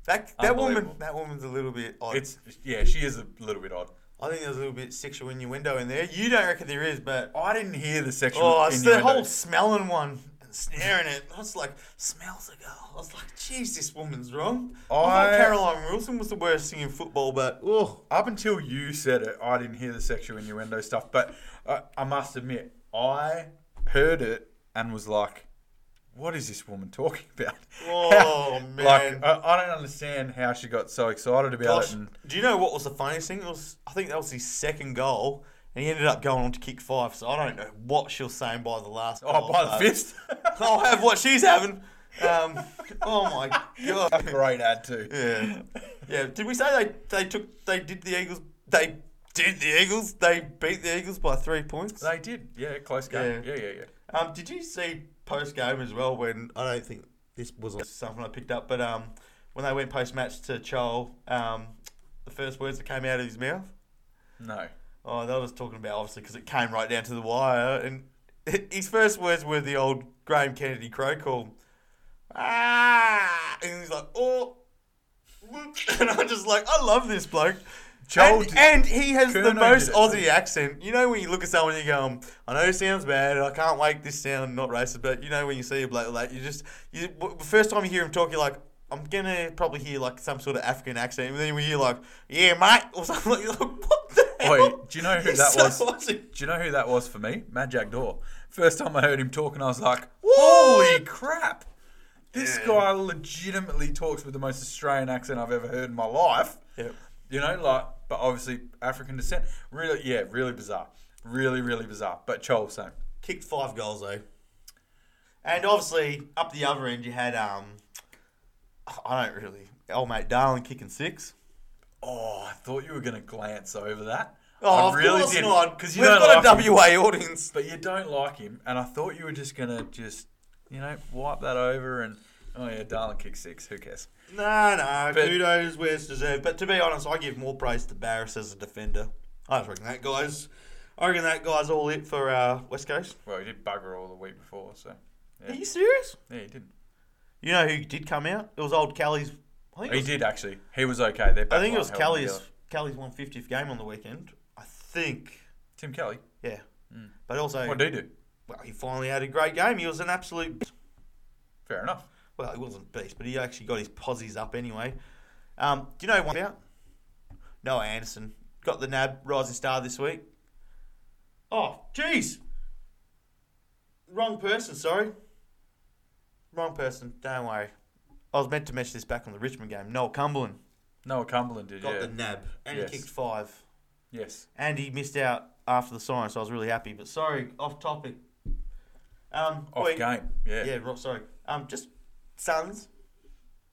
That that woman Unbelievable. that woman's a little bit odd. It's yeah, she is a little bit odd. I think there's a little bit sexual innuendo in there. You don't reckon there is, but I didn't hear the sexual Oh, it's the innuendo. whole smelling one and snaring it. I was like, smells a girl. I was like, jeez, this woman's wrong. I, thought I- Caroline Wilson was the worst thing in football, but oh, Up until you said it, I didn't hear the sexual innuendo stuff. But I, I must admit, I heard it and was like, "What is this woman talking about?" Oh, man. Like I, I don't understand how she got so excited about Gosh, it. And do you know what was the funniest thing? It was I think that was his second goal, and he ended up going on to kick five. So I don't know what she was saying by the last. oh, goal, by the but fist. I'll have what she's having. Um, oh my A god. great ad too. Yeah. Yeah. Did we say they they took they did the Eagles they did the Eagles they beat the Eagles by three points. They did. Yeah, close game. Yeah. Yeah, yeah, yeah. Um, did you see post game as well when I don't think this was something I picked up, but um, when they went post match to Chol, um, the first words that came out of his mouth. No. Oh, they were just talking about obviously because it came right down to the wire, and his first words were the old Graham Kennedy crow call. Ah, and he's like, oh, and I'm just like, I love this bloke. Joel and, did- and he has the Kerno most did it. Aussie accent. You know when you look at someone and you go, um, I know it sounds bad, I can't make this sound not racist, but you know when you see a bloke like that, you just, you, w- first time you hear him talk, you're like, I'm gonna probably hear like some sort of African accent, and then we hear like, yeah, mate, or something like, you're like what the hell? Wait, do you know who He's that so was? Aussie. Do you know who that was for me? Mad Jack Door. First time I heard him talking, I was like, What? holy crap. This guy legitimately talks with the most Australian accent I've ever heard in my life. Yep. You know, like, but obviously African descent. Really, yeah, really bizarre. Really, really bizarre. But Chol, same. kicked five goals though. And obviously, up the other end, you had um, I don't really. Oh mate, Darling kicking six. Oh, I thought you were going to glance over that. Oh, I of really course did. not. Because You we've don't got like him. a WA audience. But you don't like him, and I thought you were just gonna just, you know, wipe that over and oh yeah, darling, kick six. Who cares? No, no. But- kudos where it's deserved. But to be honest, I give more praise to Barris as a defender. I just reckon that guy's. I reckon that guy's all it for uh, West Coast. Well, he did bugger all the week before, so Are Yeah. you serious? yeah, he did. You know who did come out? It was old Callie's. I think it He was- did actually. He was okay. Their I back think line it was held them Callie's. together. Callie's one fiftieth game on the weekend. I think. Tim Kelly. Yeah. But also, Hmm. What did he do? well, he finally had a great game. He was an absolute. beast. Fair enough. Well, he wasn't beast, but he actually got his posies up anyway. Um, do you know one about Noah Anderson? Got the NAB Rising Star this week. Oh, jeez. Wrong person, sorry. Wrong person, don't worry. I was meant to mention this back on the Richmond game. Noel Cumberland Noah Cumberland did. got yeah. the NAB and Yes. he kicked five. yes. And he missed out after the sign, so I was really happy. But sorry, off topic. Um, Off wait. game. Yeah. Yeah, Rob, sorry. Um, just Suns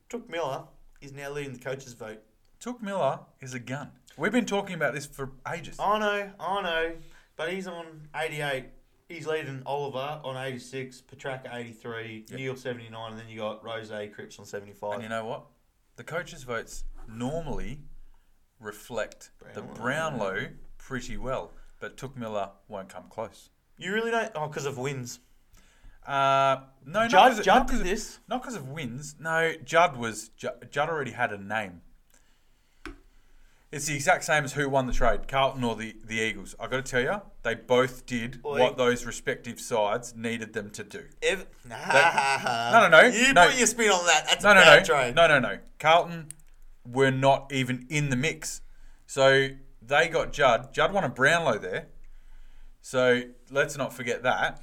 took Miller. He's now leading the coaches' vote. Took Miller is a gun. We've been talking about this for ages. I know, I know, but he's on 88. He's leading Oliver on 86, Petraka 83, Neil 79, and then you got Rose Cripps on 75. And you know what? The coaches' votes normally reflect Brownlow. the Brownlow pretty well, but Took Miller won't come close. you really don't? Oh, because of wins. Uh, no, not 'cause Judd, of- Judd not did because of, this. not 'cause of wins. No, Judd was Judd, Judd already had a name. It's the exact same as who won the trade, Carlton or the, the Eagles. I got to tell you, they both did Oi. what those respective sides needed them to do. Ev- no, no, You no. put your spin on that. That's No, a no, no, bad trade. no, no, no. Carlton were not even in the mix, so they got Judd. Judd won a Brownlow there, so let's not forget that.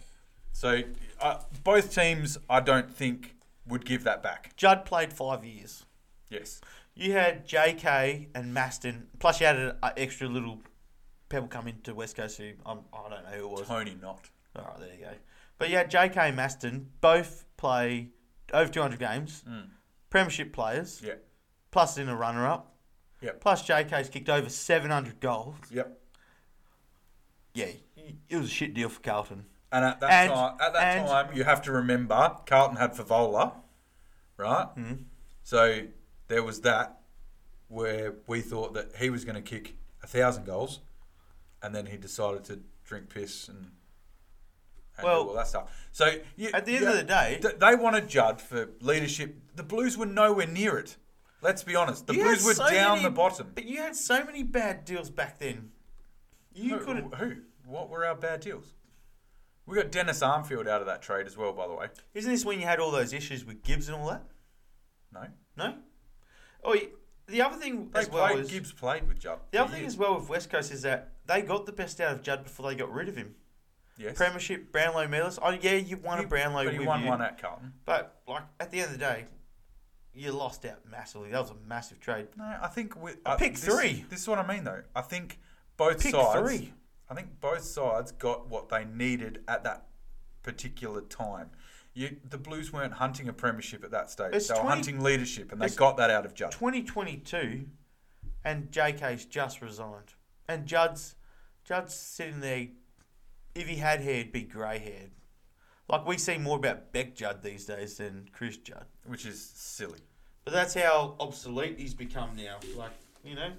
So uh, both teams, I don't think would give that back. Judd played five years. Yes. You had JK and Maston, plus you had an uh, extra little pebble come into West Coast who um, I don't know who it was. Tony not. All right, there you go. But you had JK and Maston, both play over 200 games, premiership players, Hmm. Yeah. plus in a runner up, Yep. plus JK's kicked over 700 goals. Yep. Yeah, it was a shit deal for Carlton. And at that And- time, at that and- time, you have to remember Carlton had Favola, right? Hmm. Mm. So there was that where we thought that he was going to kick a thousand goals, and then he decided to drink piss and, and Well- do all that stuff. So you, At the end you- of the day- th- they wanted Judd for leadership. The Blues were nowhere near it. Let's be honest. The You Blues had were so down many- the bottom. But you had so many bad deals back then. You Who- could have. who? What were our bad deals? We got Dennis Armfield out of that trade as well, by the way. Isn't this when you had all those issues with Gibbs and all that? No. No? Oh, y- the other thing They as well played, is. Gibbs played with Judd. The other for thing years. as well with West Coast is that they got the best out of Judd before they got rid of him. yes. Premiership, Brownlow medalist. Oh yeah, you won a He- Brownlow but he with won you. one at Carlton. But like at the end of the day, you lost out massively. That was a massive trade. No, I think with I- pick this- three. This is what I mean, though. I think both Pick sides. three. I think both sides got what they needed at that particular time. You, the Blues weren't hunting a premiership at that stage. It's they were 20 hunting leadership, and they it's- got that out of Judd. Twenty twenty two, and JK's just resigned, and Judd's Judd's sitting there. If he had hair, it'd be grey haired. Like we see more about Beck Judd these days than Chris Judd. which is silly. But that's how obsolete he's become now. Like, you know.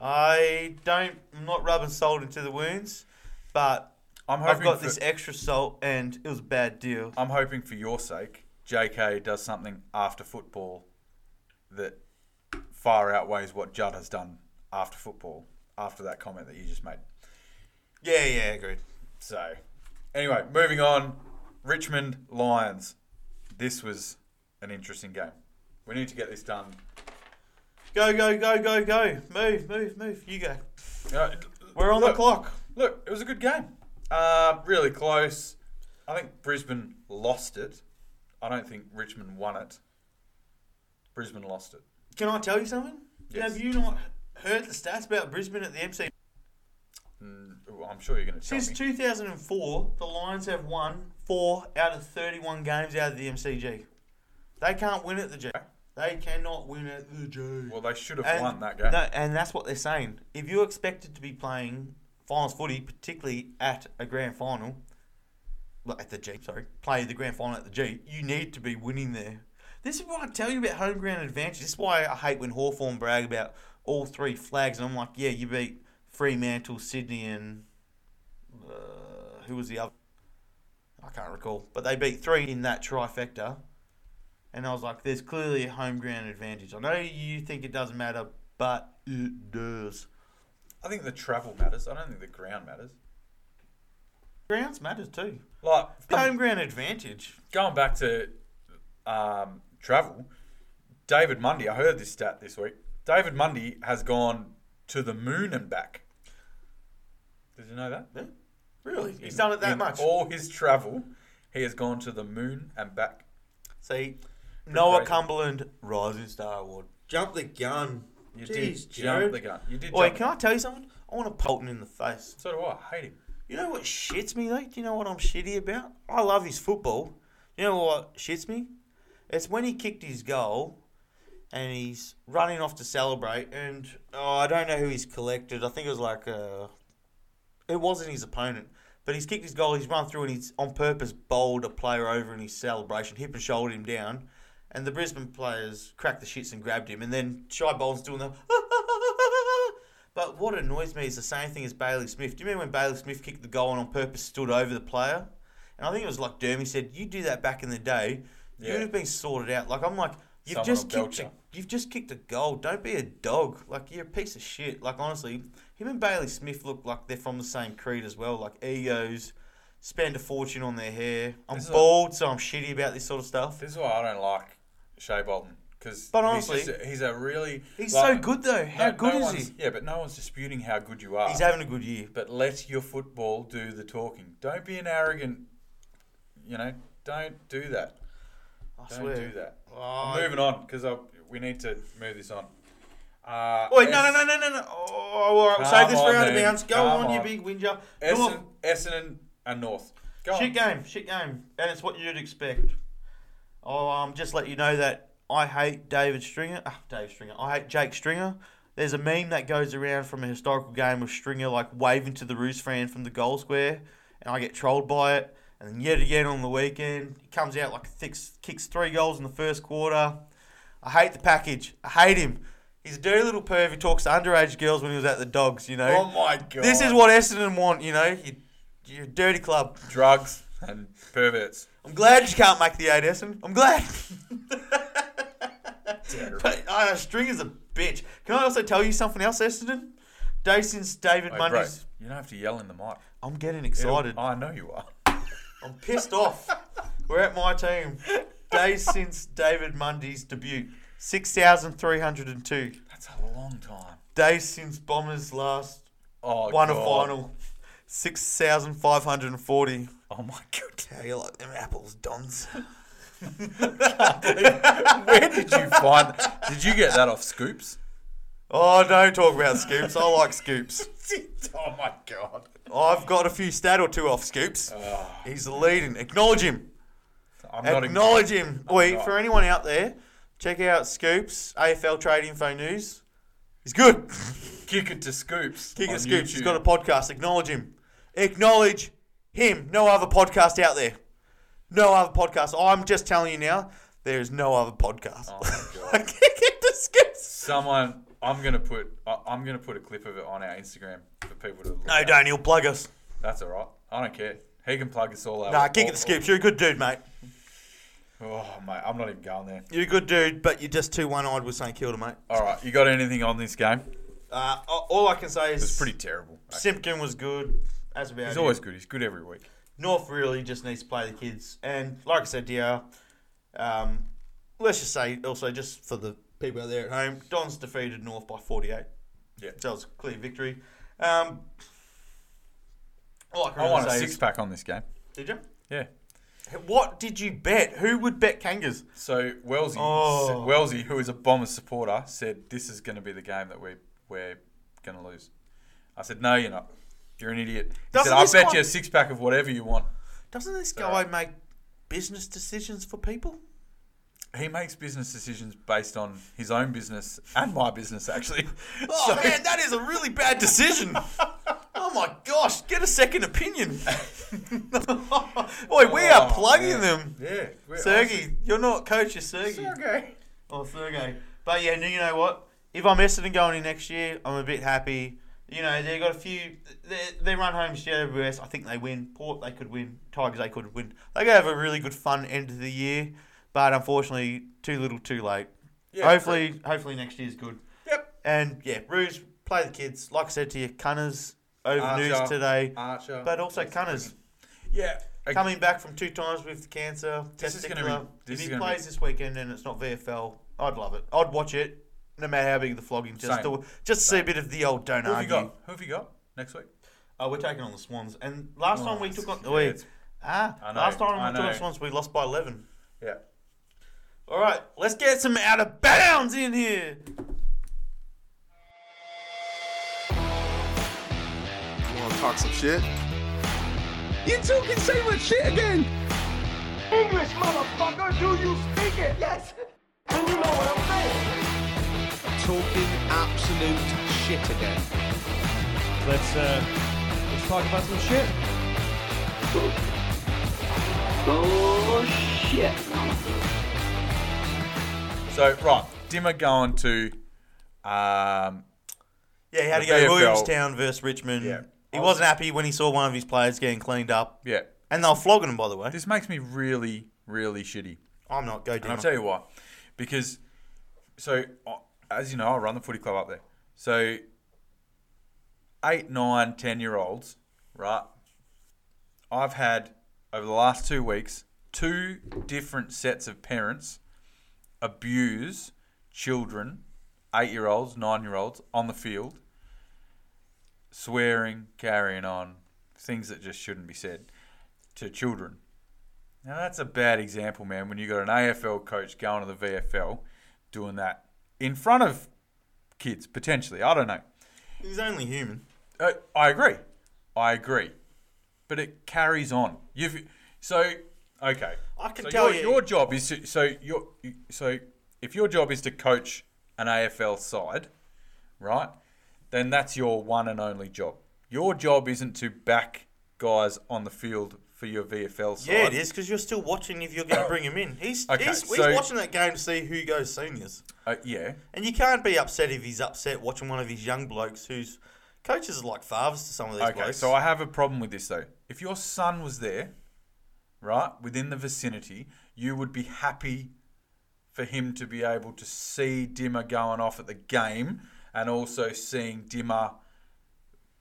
I don't. I'm not rubbing salt into the wounds, but I'm I've hoping got for, this extra salt, and it was a bad deal. I'm hoping for your sake, JK does something after football that far outweighs what Judd has done after football, after that comment that you just made. Yeah, yeah, agreed. So, anyway, moving on. Richmond Lions. This was an interesting game. We need to get this done. Go, go, go, go, go. Move, move, move. You go. Uh, We're on look, the clock. Look, it was a good game. Uh, really close. I think Brisbane lost it. I don't think Richmond won it. Brisbane lost it. Can I tell you something? Yes. Have you not heard the stats about Brisbane at the MC? Mm, ooh, I'm sure you're going to tell Since me. 2004, the Lions have won four out of 31 games out of the MCG. They can't win at the G. They cannot win at the G. well, they should have and, won that game. No, and that's what they're saying. If you're expected to be playing finals footy, particularly at a grand final, well, at the G, sorry, play the grand final at the G, you need to be winning there. This is what I tell you about home ground advantage. This is why I hate when Hawthorn brag about all three flags, and I'm like, yeah, you beat Fremantle, Sydney, and uh, who was the other? I can't recall, but they beat three in that trifecta. And I was like, there's clearly a home ground advantage. I know you think it doesn't matter, but it does. I think the travel matters. I don't think the ground matters. Grounds matters too. Like, Home ground advantage. going back to um, travel, David Mundy, I heard this stat this week. David Mundy has gone to the moon and back. Did you know that? Yeah, Really? He's done it that In much. All his travel, he has gone to the moon and back. See, Noah crazy. Cumberland, Rising Star Award. Jump the gun. You Jeez, did Jared. jump the gun. You did Oi, jump. can I tell you something? I want to Polton in the face. So do I. I hate him. You know what shits me though? Do you know what I'm shitty about? I love his football. You know what shits me? It's when he kicked his goal and he's running off to celebrate and oh, I don't know who he's collected. I think it was like uh it wasn't his opponent. But he's kicked his goal, he's run through and he's on purpose bowled a player over in his celebration, hip and shouldered him down. And the Brisbane players cracked the shits and grabbed him. And then Shy Bolton's doing the. but what annoys me is the same thing as Bailey Smith. Do you remember when Bailey Smith kicked the goal and on purpose stood over the player? And I think it was like Dermy said, you do that back in the day, you Yeah. would have been sorted out. Like, I'm like, you've Someone just will kicked belt a, you've just kicked a goal. Don't be a dog. Like you're a piece of shit. Like honestly, him and Bailey Smith look like they're from the same creed as well. Like egos, spend a fortune on their hair. I'm This is a- bald, so I'm shitty about this sort of stuff. This is why I don't like Shea Bolton. Because But honestly- he's, just a, he's a really. He's like- so good though. How no- good no is one's- he? Yeah, but no one's disputing how good you are. He's having a good year. But let your football do the talking. Don't be an arrogant. You know, don't do that. I Don't swear. do that. Oh, I'm moving on because we need to move this on. Uh, Wait, no, S- no, no, no, no, no. Oh, all right. Come Save this for on, out of then. bounds. Go Come on, you on. big whinger. Go on. Essendon, Essendon and North. Go Shit on. game, shit game, and it's what you'd expect. I'll um, just let you know that I hate David Stringer. Ah, Dave Stringer. I hate Jake Stringer. There's a meme that goes around from a historical game of Stringer like waving to the Roos fan from the goal square, and I get trolled by it. And then yet again on the weekend, he comes out like kicks, kicks three goals in the first quarter. I hate the package. I hate him. He's a dirty little perv who talks to underage girls when he was at the dogs. You know. Oh my god. This is what Essendon want. You know, you, you're a dirty club. drugs and perverts. I'm glad you can't make the eight, Essen. I'm glad. but uh, Stringer's a bitch. Can I also tell you something else, Essendon? Day since David Hey, bro, Mundy's. you don't have to yell in the mic. I'm getting It'll- excited. I know you are. I'm pissed off. We're at my team. Days since David Mundy's debut. 6,302. That's a long time. Days since Bombers last Oh, won a God. final. 6,540. Oh my god. How you like them apples, Dons? Where did you find? Did you get that off Scoops? Oh, don't talk about scoops. I like scoops. oh my god. I've got a few stat or two off scoops. He's the leading. Acknowledge him. Ah. I'm not Acknowledge him. Wait, not. for anyone out there, check out Scoops, AFL Trade Info News. He's good. Kick it to Scoops. King on of Scoops. He's YouTube. got a podcast. Acknowledge him. Acknowledge him. No other podcast out there. No other podcast. I'm just telling you now, there is no other podcast. Oh my God. Kick it to Scoops. Someone. I'm gonna put I, I'm gonna put a clip of it on our Instagram for people to. Look No, at. don't. He'll plug us. That's all right. I don't care. He can plug us all out. Nah, kick at the skips. You're a good dude, mate. Oh mate, I'm not even going there. You're a good dude, but you're just too one-eyed with St Kilda, mate. All right, you got anything on this game? Uh, a- all I can say is It's pretty terrible. mate. Simpkin was good. That's about He's it. always good. He's good every week. North really just needs to play the kids. And like I said, yeah, um, let's just say also just for the people out there at home, Don's defeated North by 48. Yeah. So it was a clear victory. Um, all I, can I really want a say six is- pack on this game. Did you? Yeah. What did you bet? Who would bet Kangas? So Wellesley, Oh. Wellesley, who is a Bombers supporter, said this is going to be the game that we we're going to lose. I said, no, you're not. You're an idiot. He said, Doesn't I'll this bet guy- you a six pack of whatever you want. Doesn't this Uh, guy make business decisions for people? He makes business decisions based on his own business and my business, actually. Oh So- man, that is a really bad decision. oh my gosh, get a second opinion. Boy, we are Oh, plugging man. them. Yeah. we're- Sergey, you're not coach, you're Sergey. Sergey. Oh, Sergey. But yeah, no, you know what? If I'm Essendon going in next year, I'm a bit happy. You know, they've got a few. Their their run home to GWS, I think they win. Port, they could win. Tigers, they could win. They could have a really good fun end of the year, but unfortunately, too little, too late. Yeah, hopefully, hopefully next year's good. Yep. And yeah, Ruse, play the kids. Like I said to you, Cunners over news Archer, today, Archer. but also Cunners yeah. ag- coming back from two times with cancer. This is gonna be- testicular. this if is he gonna plays be- this weekend and it's not VFL, I'd love it. I'd watch it, no matter how big the flogging. Just Same. to, just to see a bit of the old don't Who have you argue. got? Who have you got next week? Oh, we're taking on the Swans, and last Oh, time we it's- took on yeah, we, it's- ah I know, last I time we took on know. the Swans, we lost by eleven. Yeah. All right, let's get some out of bounds in here. Want to talk some shit? You two can say what shit again. English, motherfucker, do you speak it? Yes. And you know what I'm saying. Talking absolute shit again. Let's uh, let's talk about some shit. So right, Dimmer going to. Um, Yeah, he had The to go VFL. Williamstown versus Richmond. Yeah. He wasn't happy when he saw one of his players getting cleaned up. yeah. And they were flogging him, by the way. This makes me really, really shitty. I'm not go And I'll down. tell you why. Because, so, uh, as you know, I run the footy club up there. So, eight, nine, ten year olds, right? I've had, over the last two weeks, two different sets of parents abuse children, eight year olds, nine year olds, on the field, swearing, carrying on, things that just shouldn't be said to children. Now that's a bad example, man. When you got an AFL coach going to the VFL, doing that in front of kids potentially. I don't know. He's only human. Uh, I agree. I agree. But it carries on. You've so okay. I can so tell your, you- your job is to, so your so if your job is to coach an AFL side, right? Then that's your one and only job. Your job isn't to back guys on the field for your VFL side. Yeah, it is because you're still watching if you're going to bring him in. He's Okay, he's, so- he's watching that game to see who goes seniors, Uh, yeah. and you can't be upset if he's upset watching one of his young blokes whose coaches are like fathers to some of these Okay, blokes. so I have a problem with this though. If your son was there, right, within the vicinity, you would be happy for him to be able to see Dimmer going off at the game and also seeing Dimmer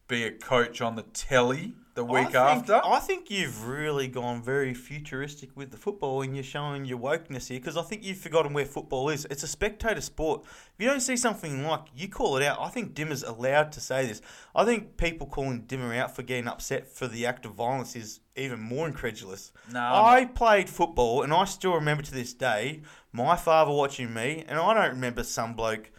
be a coach on the telly the I week think- after. I think you've really gone very futuristic with the football, and you're showing your wokeness here because I think you've forgotten where football is. It's a spectator sport. If you don't see something like, you call it out. I think Dimmer's allowed to say this. I think people calling Dimmer out for getting upset for the act of violence is even more incredulous. No, I'm- I played football, and I still remember to this day my father watching me, and I don't remember some bloke.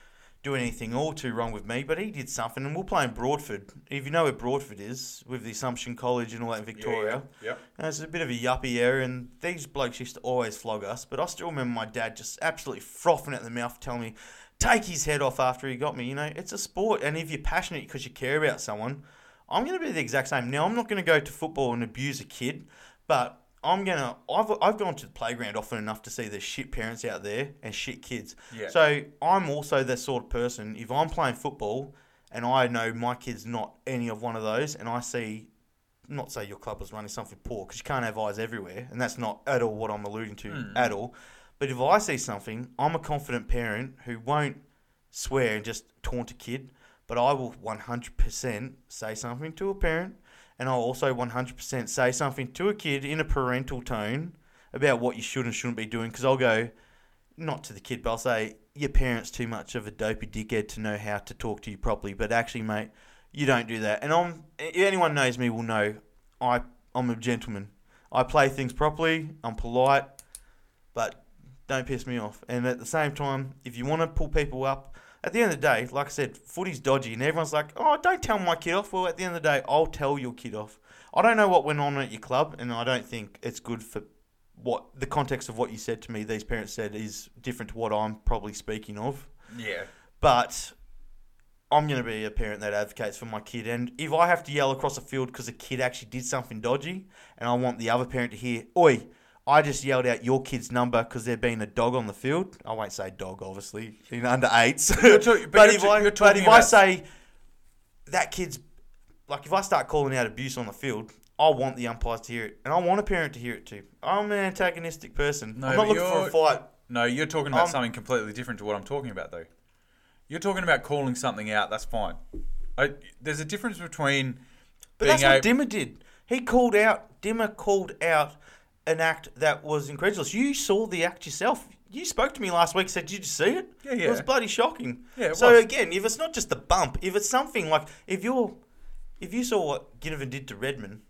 Doing anything all too wrong with me, but he did something, and we're playing Broadford. If you know where Broadford is, with the Assumption College and all that in Victoria, yep. and it's a bit of a yuppie area, and these blokes used to always flog us. But I still remember my dad just absolutely frothing at the mouth, telling me, "Take his head off after he got me." You know, it's a sport, and if you're passionate because you care about someone, I'm going to be the exact same. Now, I'm not going to go to football and abuse a kid, but I'm gonna. I've I've gone to the playground often enough to see the shit parents out there and shit kids. Yeah. So I'm also that sort of person. If I'm playing football and I know my kid's not any of one of those, and I see, not say your club was running something poor because you can't have eyes everywhere, and that's not at all what I'm alluding to at all. But if I see something, I'm a confident parent who won't swear and just taunt a kid, but I will 100% say something to a parent, and I'll also 100% say something to a kid in a parental tone about what you should and shouldn't be doing. Because I'll go, not to the kid, but I'll say, your parent's too much of a dopey dickhead to know how to talk to you properly. But actually, mate, you don't do that. And I'm, if anyone knows me will know, I, I'm a gentleman. I play things properly. I'm polite but don't piss me off. And at the same time, if you want to pull people up, at the end of the day, like I said, footy's dodgy, and everyone's like, "Oh, don't tell my kid off." Well, at the end of the day, I'll tell your kid off. I don't know what went on at your club, and I don't think it's good for what the context of what you said to me. These parents said is different to what I'm probably speaking of Yeah. but I'm going to be a parent that advocates for my kid. And if I have to yell across the field because a kid actually did something dodgy, and I want the other parent to hear, Oi, I just yelled out your kid's number because there being a dog on the field. I won't say dog, obviously, in under eights. talk- but but you're if, ta- I, you're but talking if I about- say that kid's, like, if I start calling out abuse on the field, I want the umpires to hear it, and I want a parent to hear it too. I'm an antagonistic person. I'm not but looking for a you're- fight. No, you're talking about Um, something completely different to what I'm talking about, though. You're talking about calling something out. That's fine. I, there's a difference between But being that's what a- Dimmer did. He called out. Dimmer called out an act that was incredulous. You saw the act yourself. You spoke to me last week. Said, "Did you see it?" Yeah, It was yeah. bloody shocking. Yeah, it so was. again, if it's not just the bump, if it's something like if you're, if you saw what Ginnivan did to Redmond,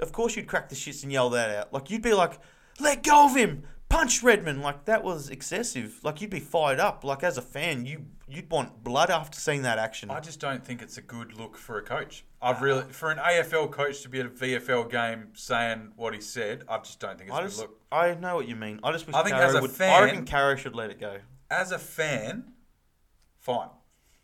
of course you'd crack the shits and yell that out. Like you'd be like, "Let go of him! Punch Redmond!" Like that was excessive. Like you'd be fired up. Like as a fan, you you'd want blood after seeing that action. I just don't think it's a good look for a coach. I've really for an AFL coach to be at a VFL game saying what he said. I just don't think it's I a good just, look. I know what you mean. I just wish I think Caro as a would. I fan- reckon Caro should let it go. As a fan, fine.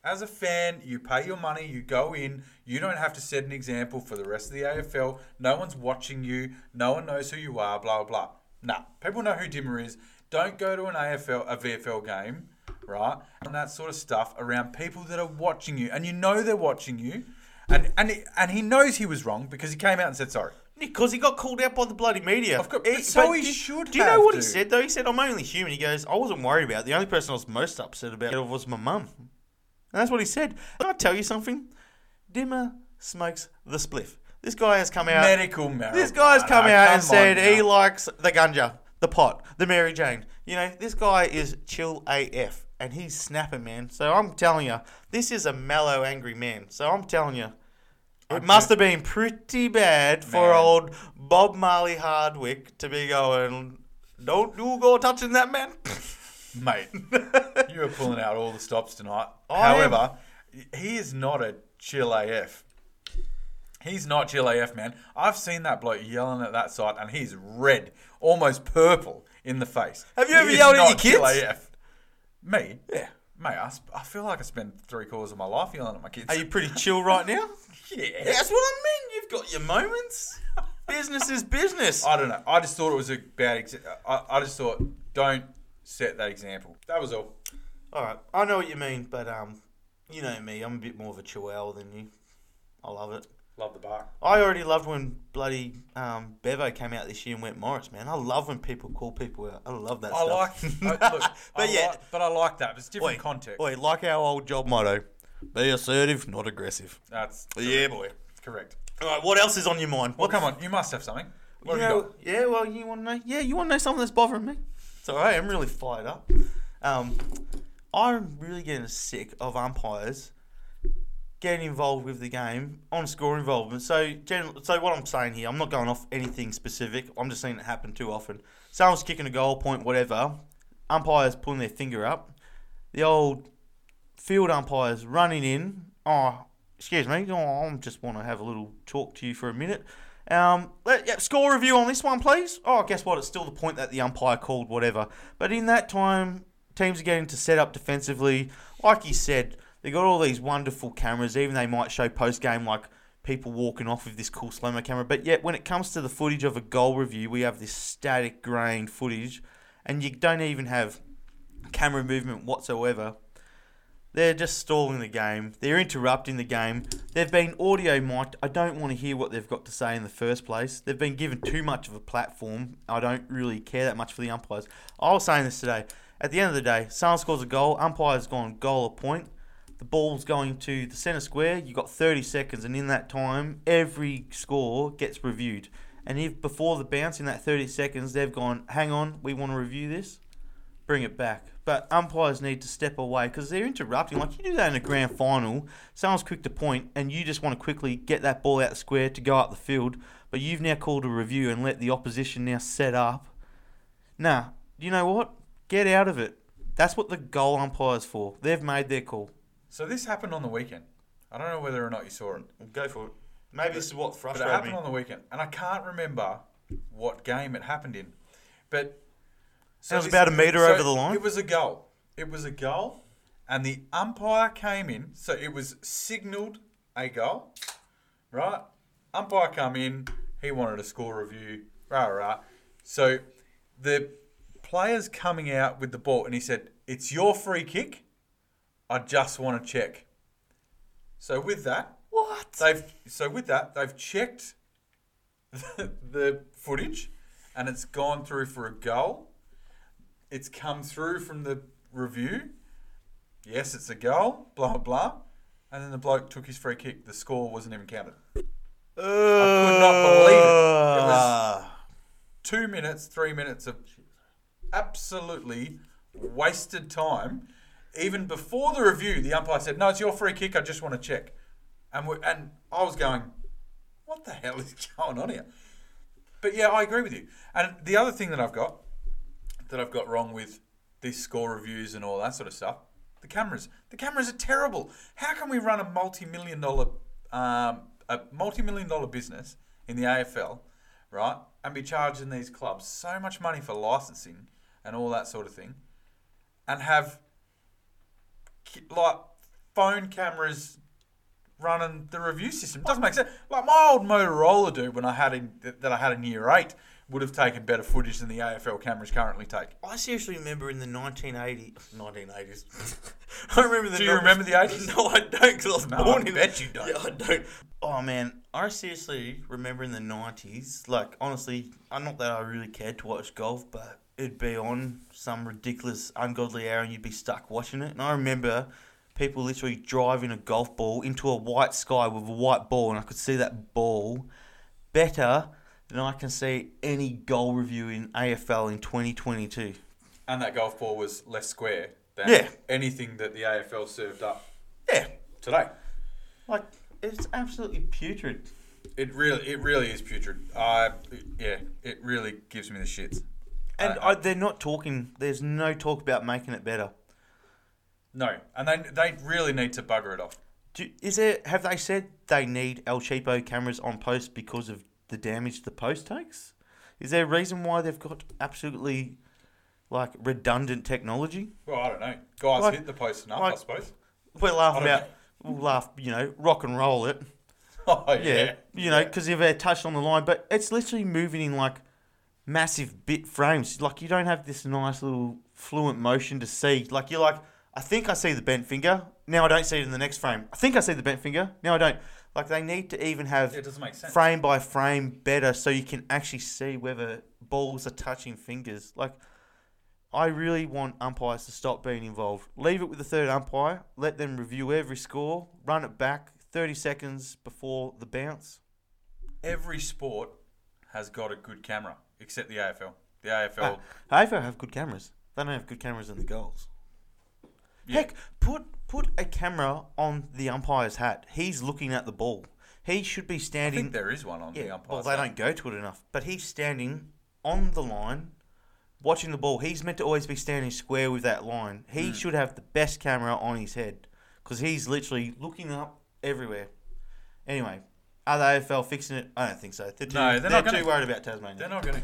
As a fan, you pay your money, you go in, you don't have to set an example for the rest of the AFL. No one's watching you, no one knows who you are, blah, blah, blah. Nah, people know who Dimmer is. Don't go to an AFL, a VFL game, right? And that sort of stuff around people that are watching you. And you know they're watching you. And, and, he, and he knows he was wrong because he came out and said sorry. Because he got called out by the bloody media. Of course, but so he do- should Do you have, know what he dude. said though? He said, "I'm only human." He goes, "I wasn't worried about. It. The only person I was most upset about was my mum." And that's what he said. Can I tell you something? Dimmer smokes the spliff. This guy has come out. Medical marijuana. This guy's Uh, come out Come on and said he now. likes the gunja, the pot, the Mary Jane. You know, this guy is chill AF and he's snapping, man. So I'm telling you, this is a mellow, angry man. So I'm telling you, it must have been pretty bad for Man. old Bob Marley Hardwick to be going, don't you go touching that man. Mate, you are pulling out all the stops tonight. I am- However, he is not a chill AF. He's not chill AF, man. I've seen that bloke yelling at that site, and he's red, almost purple in the face. Have you He ever is yelled at not your chill kids? AF. Me? Yeah. Mate, I, sp- I feel like I spend three quarters of my life yelling at my kids. Are you pretty chill right now? Yeah. That's what I mean. You've got your moments. business is business. I don't know. I just thought it was a bad example. I, I just thought, don't set that example. That was all. All right, I know what you mean, but um, you know me, I'm a bit more of a chihuahua than you. I love it. Love the bark. I already loved when bloody um, Bevo came out this year and went Morris, man. I love when people call people out. I love that I like, stuff. I, look, but I yeah, like, but I like that. It's different Oi, context. Oi, like our old job motto: be assertive, not aggressive. That's Yeah, boy. correct. All right, what else is on your mind? Well, What come on, you must have something. What you have you know- got? yeah, well, you want to know? Yeah, you want to know something that's bothering me? It's all right. I'm really fired up. Um, I'm really getting sick of umpires getting involved with the game on score involvement. So, gen- so what I'm saying here, I'm not going off anything specific. I'm just seeing it happen too often. Someone's kicking a goal point, whatever. Umpires pulling their finger up. The old field umpires running in. Oh, excuse me. Oh, I just want to have a little talk to you for a minute. Um, let, yep, score review on this one, please. Oh, guess what? It's still the point that the umpire called, whatever. But in that time, teams are getting to set up defensively. Like you said, they got all these wonderful cameras. Even they might show post game, like people walking off with this cool slow mo camera. But yet, when it comes to the footage of a goal review, we have this static grain footage, and you don't even have camera movement whatsoever. They're just stalling the game. They're interrupting the game. They've been audio mic'd. I don't want to hear what they've got to say in the first place. They've been given too much of a platform. I don't really care that much for the umpires. I was saying this today. At the end of the day, someone scores a goal, umpire's gone goal a point. The ball's going to the centre square. You've got 30 seconds, and in that time, every score gets reviewed. And if before the bounce in that 30 seconds, they've gone, hang on, we want to review this bring it back. But umpires need to step away because they're interrupting. Like you do that in a grand final, someone's quick to point, and you just want to quickly get that ball out the square to go up the field. But you've now called a review and let the opposition now set up. Nah, you know what? Get out of it. That's what the goal umpire's for. They've made their call. So this happened on the weekend. I don't know whether or not you saw it. Go for it. Maybe this is what But it happened on the weekend, and I can't remember what game it happened in. But so It was about a metre so over the line? It was a goal. It was a goal, and the umpire came in. So it was signalled a goal, right? Umpire come in. He wanted a score review. Rah rah. So the player's coming out with the ball, and he said, "It's your free kick. I just want to check." So with that, What? They've so with that they've checked the, the footage, and it's gone through for a goal. It's come through from the review. Yes, it's a goal. Blah blah. And then the bloke took his free kick. The score wasn't even counted. I could not believe it. It was two minutes, three minutes of absolutely wasted time. Even before the review, the umpire said, "No, it's your free kick. I just want to check." And we, and I was going, "What the hell is going on here?" But yeah, I agree with you. And the other thing that I've got that I've got wrong with these score reviews and all that sort of stuff, the cameras. The cameras are terrible. How can we run a multi-million dollar um, a multi-million dollar business in the AFL, right, and be charging these clubs so much money for licensing and all that sort of thing, and have ki- like phone cameras running the review system. It doesn't make sense. Like my old Motorola dude when I had in, that that I had in year eight would have taken better footage than the AFL cameras currently take. I seriously remember in the 1980s. 1980s. I remember the. Do you remember the 80s? No, I don't. Cause I was No, I born in. bet you don't. Yeah, I don't. Oh man, I seriously remember in the 90s. Like honestly, I not that I really cared to watch golf, but it'd be on some ridiculous, ungodly hour, and you'd be stuck watching it. And I remember people literally driving a golf ball into a white sky with a white ball, and I could see that ball better than I can see any goal review in AFL in 2022. And that golf ball was less square than Yeah. anything that the AFL served up Yeah, today. like it's absolutely putrid. It really, it really is putrid. I, yeah, it really gives me the shits. And I- I, they're not talking. There's no talk about making it better. No, and they they really need to bugger it off. Do, is there? Have they said they need El Cheapo cameras on post because of the damage the post takes? Is there a reason why they've got absolutely like redundant technology? Well, I don't know. Guys Like- hit the post enough, I like- suppose. We're laughing I don't about. We'll laugh, you know, rock and roll it. Oh yeah. Yeah. You know, because they've uh, touched on the line, but it's literally moving in like massive bit frames. Like you don't have this nice little fluent motion to see. Like you're like, I think I see the bent finger. Now I don't see it in the next frame. I think I see the bent finger. Now I don't. Like they need to even have Yeah, it doesn't make sense. frame by frame better so you can actually see whether balls are touching fingers. Like I really want umpires to stop being involved. Leave it with the third umpire. Let them review every score. Run it back 30 seconds before the bounce. Every sport has got a good camera, except the AFL. The AFL. Ah, However, have good cameras. They don't have good cameras in the goals. Yeah. Heck, put put a camera on the umpire's hat. He's looking at the ball. He should be I standing. think there is one on the yeah, umpire. well, they don't go to it enough. But he's standing on the line, watching the ball. He's meant to always be standing square with that line. He Hmm. should have the best camera on his head because he's literally looking up everywhere. Anyway, are the AFL fixing it? I don't think so. They're too, No, they're they're not too gonna. worried about Tasmania. They're not going to.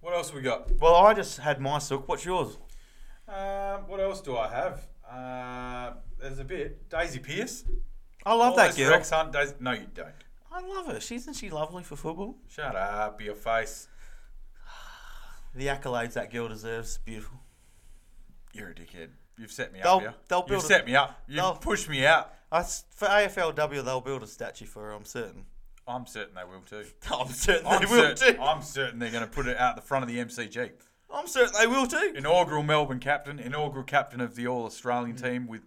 What else we got? Well, I just had my sook. What's yours? Um, what else do I have? Uh, there's a bit. Daisy Pierce. I love All that this girl. Rex Hunt does. No, you don't. I love her. She- Isn't she lovely for football? Shut up, your face. The accolades that girl deserves. Beautiful. You're a dickhead. You've set me They'll- up. here. they'll You've build a- set me up. You've they'll- pushed me out. I s for AFLW, they'll build a statue for her. I'm certain. I'm certain they will too. I'm certain I'm, they will certain, too. I'm certain they're going to put it out the front of the MCG. I'm certain they will too. Inaugural Melbourne captain, inaugural captain of the All Australian Mm. team with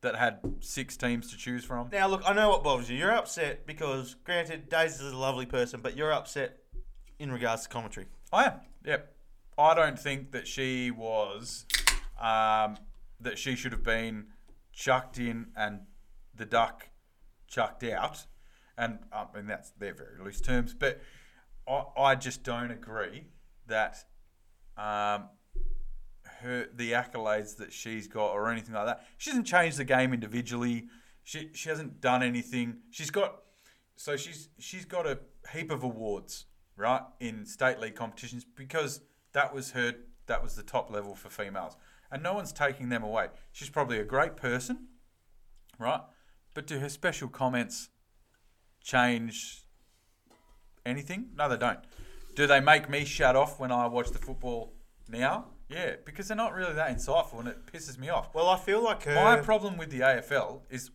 that had six teams to choose from. Now, look, I know what bothers you. You're upset because, granted, Daisy is a lovely person, but you're upset in regards to commentary. I am. Yep. I don't think that she was um, that she should have been chucked in and the duck chucked out. And I mean that's they're very loose terms, but I, I just don't agree that um, her the accolades that she's got or anything like that. She hasn't changed the game individually. She she hasn't done anything. She's got so she's she's got a heap of awards right in state league competitions because that was her that was the top level for females and no one's taking them away she's probably a great person right but do her special comments change anything no they don't do they make me shut off when i watch the football now yeah because they're not really that insightful and it pisses me off Well, I feel like her. my problem with the AFL is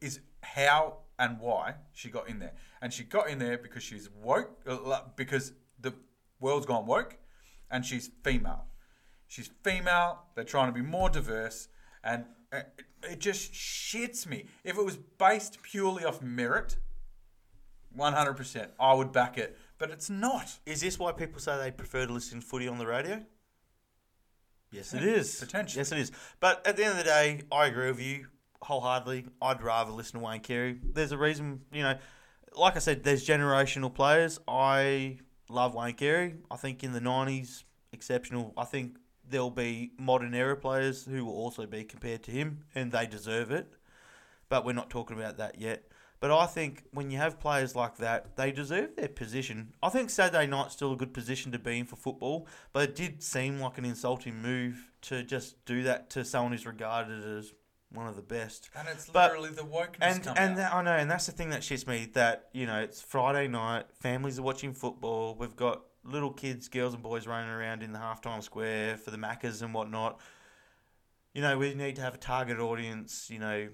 is how and why she got in there, and she got in there because she's woke, uh, because the world's gone woke, and she's female. She's female. They're trying to be more diverse, and uh, it, it just shits me. If it was based purely off merit, one hundred percent, I would back it. But it's not. is this why people say they prefer to listen to footy on the radio? Yes, it is. Potentially. Yes, it is. But at the end of the day, I agree with you wholeheartedly. I'd rather listen to Wayne Carey. There's a reason, you know, like I said, there's generational players. I love Wayne Carey. I think in the 90s, exceptional. I think there'll be modern era players who will also be compared to him, and they deserve it. But we're not talking about that yet. But I think when you have players like that, they deserve their position. I think Saturday night's still a good position to be in for football, but it did seem like an insulting move to just do that to someone who's regarded as one of the best. And it's But- literally the wokeness and coming and out. that, I know, and that's the thing that shits me that you know it's Friday night, families are watching football. We've got little kids, girls and boys running around in the halftime square for the Maccas and whatnot. You know, we need to have a target audience. You know,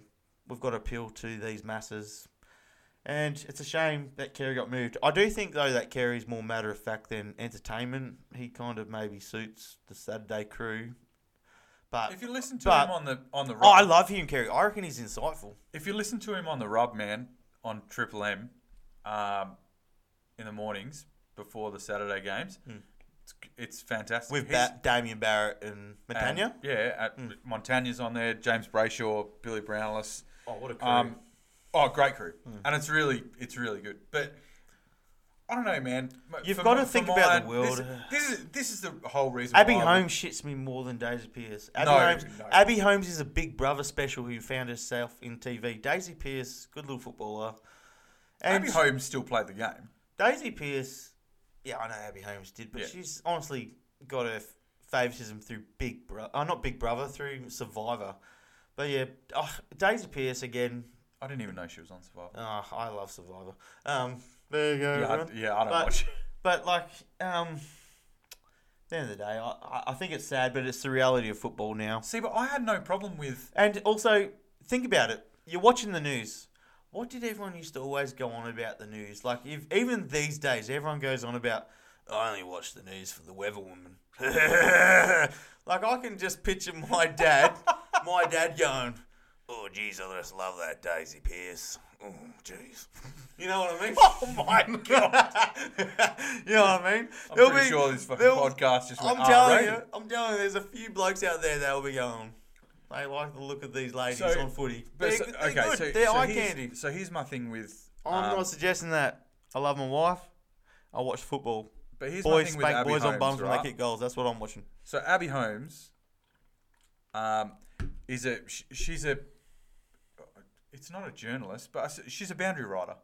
we've got to appeal to these masses. And it's a shame that Kerry got moved. I do think though that Kerry's more matter of fact than entertainment. He kind of maybe suits the Saturday crew. But if you listen to but- him on the on the oh, I run- love him, Kerry. I reckon he's insightful. if you listen to him on the Rub Man on Triple M um, in the mornings before the Saturday games, it's, it's fantastic. Hmm. with Hmm. He's- ba- Damien Barrett and and- Matanya. yeah, at, Montagna's on there. James Brayshaw, Billy Brownless. Oh, what a crew. Um, oh, great crew, Hmm. and it's really it's really good. But I don't know, man. M- You've for gotta my- for think about the mine, this- world. This, is this is the whole reason. Abby why I would- Holmes shits me more than Daisy Pierce. Abby, No, Holmes, no. Abby Holmes is a big brother special who found herself in TV. Daisy Pierce, good little footballer. And Abby Holmes still played the game. Daisy Pierce, yeah, I know Abby Holmes did, but Yeah. she's honestly got her f- favouritism through Big Brother. Uh, not Big Brother, through Survivor. But yeah, oh, Daisy Pierce again. I didn't even know she was on Survivor. Oh, I love Survivor. Um, there you go. yeah, I, everyone. yeah, I don't But- watch. But like, um, at the end of the day, I- I, I think it's sad, but it's the reality of football now. See, but I had no problem with And also, think about it. You're watching the news. What did everyone used to always go on about the news? Like, if even these days, everyone goes on about. I only watch the news for the weather woman. like I can just picture my dad, my dad going, "Oh, geez, I just love that Daisy Pierce." Oh, jeez. You know what I mean? Oh my god! you know what I mean? I'm pretty sure this fucking there'll- podcast just went I'm telling R-rated. you, I'm telling you, there's a few blokes out there that will be going. They like the look of these ladies So- on footy. But They're, so- they're okay, good. so, they're so eye here's- candy. So here's my thing with, I'm um, not suggesting that. I love my wife. I watch football. but here's my Boys thing with spank Abby boys Holmes, on bums when right? they kick goals. That's what I'm watching. So Abby Holmes, um, is a sh- she's a, it's not a journalist, but I s- she's a boundary writer,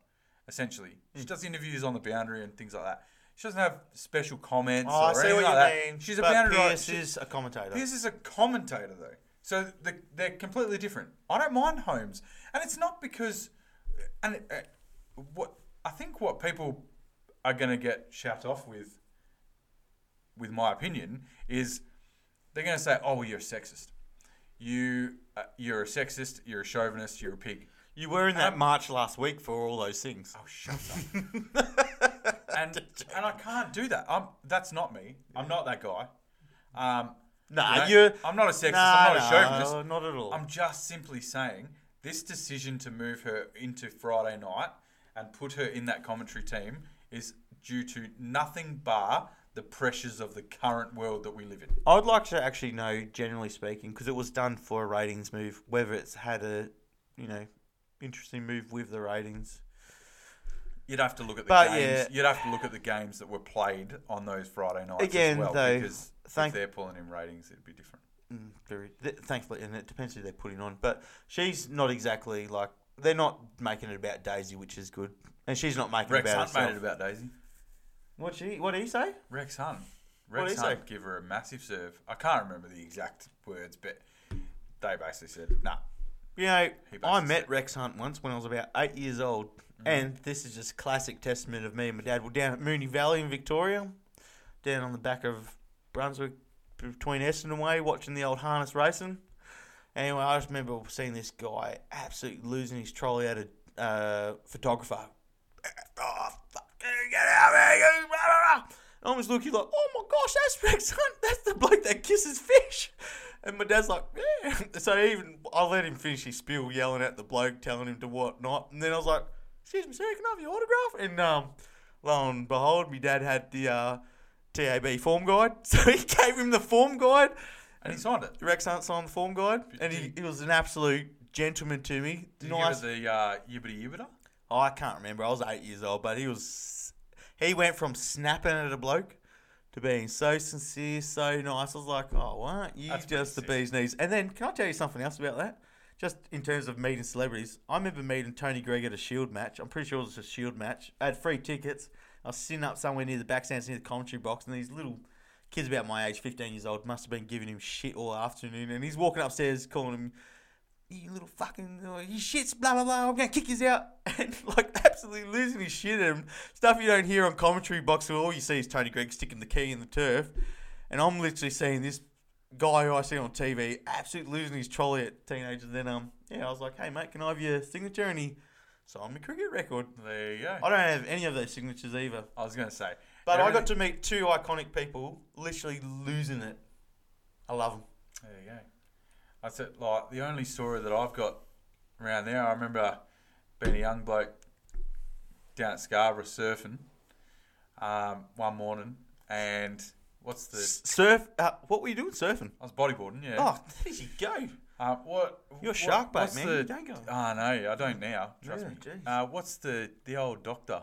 essentially. She Hmm. does interviews on the boundary and things like that. She doesn't have special comments Oh, I or see anything what you like that. mean. She's a but boundary writer. Pierce She- is a commentator. This is a commentator, though. So the, they're completely different. I don't mind Holmes. And it's not because and uh, what I think what people are going to get shut off with, with my opinion, is they're going to say, "Oh, well, you're a sexist. You, uh, you're a sexist. You're a chauvinist. You're a pig." You were in that march last week for all those things. Oh, shut up. and and I can't do that. I'm that's not me. I'm not that guy. Um, Nah, you know, you're. I'm not a sexist. Nah, I'm not a chauvinist. nah, Not at all. I'm just simply saying this decision to move her into Friday night and put her in that commentary team is due to nothing bar the pressures of the current world that we live in. I would like to actually know, generally speaking, because it was done for a ratings move, whether it's had a, you know, interesting move with the ratings. You'd have to look at the But, games. yeah. You'd have to look at the games that were played on those Friday nights Again, as well, though, because thank- if they're pulling in ratings, it'd be different. Very th- thankfully, and it depends who they're putting on. But she's not exactly like they're not making it about Daisy, which is good, and she's not making Rex it about Hunt herself. made it about Daisy. What she? What did he say? Rex Hunt. What'd Rex he Hunt say? give her a massive serve. I can't remember the exact words, but they basically said, "Nah, You know, He I basically met said- Rex Hunt once when I was about eight years old, Mm-hmm. and this is just classic testament of me and my dad. We're down at Mooney Valley in Victoria, down on the back of Brunswick between Essendon way, watching the old harness racing. Anyway, I just remember seeing this guy absolutely losing his trolley at a uh, photographer. Oh, fuck, get out of here! you blah, blah, blah. I almost look, he's like, oh my gosh, that's Rex Hunt. That's the bloke that kisses fish. And my dad's like, yeah. So even, I let him finish his spiel yelling at the bloke, telling him to what not. And then I was like, excuse me, sir, can I have your autograph? And um, lo and behold, my dad had the uh, TAB form guide. So he gave him the form guide. and Mm. he signed it." Rex Hunt signed the form guide, and he, he was an absolute gentleman to me. Did nice. you give her the uh, yibbity yibbiter? Oh, I can't remember. I was eight years old, but he was. He went from snapping at a bloke to being so sincere, so nice. I was like, oh, what? You That's pretty just the sick. bee's knees. And then, can I tell you something else about that? Just in terms of meeting celebrities, I remember meeting Tony Gregg at a Shield match. I'm pretty sure it was a Shield match. I had free tickets. I was sitting up somewhere near the backstands near the commentary box, and these little kids about my age, 15 years old, must have been giving him shit all afternoon. And he's walking upstairs calling him you little fucking, oh, you shits, blah, blah, blah, I'm going to kick his out. And, like, absolutely losing his shit at him. Stuff you don't hear on commentary box, where all you see is Tony Gregg sticking the key in the turf. And I'm literally seeing this guy who I see on TV absolutely losing his trolley at teenagers. And then, um, yeah, I was like, hey, mate, can I have your signature? And he signed my cricket record. There you go. I don't have any of those signatures either. I was going to say. But I everything- got to meet two iconic people literally losing it. I love them. There you go. That's it. Like the only story that I've got around there, I remember being a young bloke down at Scarborough surfing um, one morning, and what's the? Surf, uh, what were you doing surfing? I was bodyboarding. Yeah. Oh, there you go. Uh, what? You're what- shark bait, what's man. The, You don't go- Ah, no, I don't now. Trust Yeah, me. jeez. Uh, what's the the old doctor?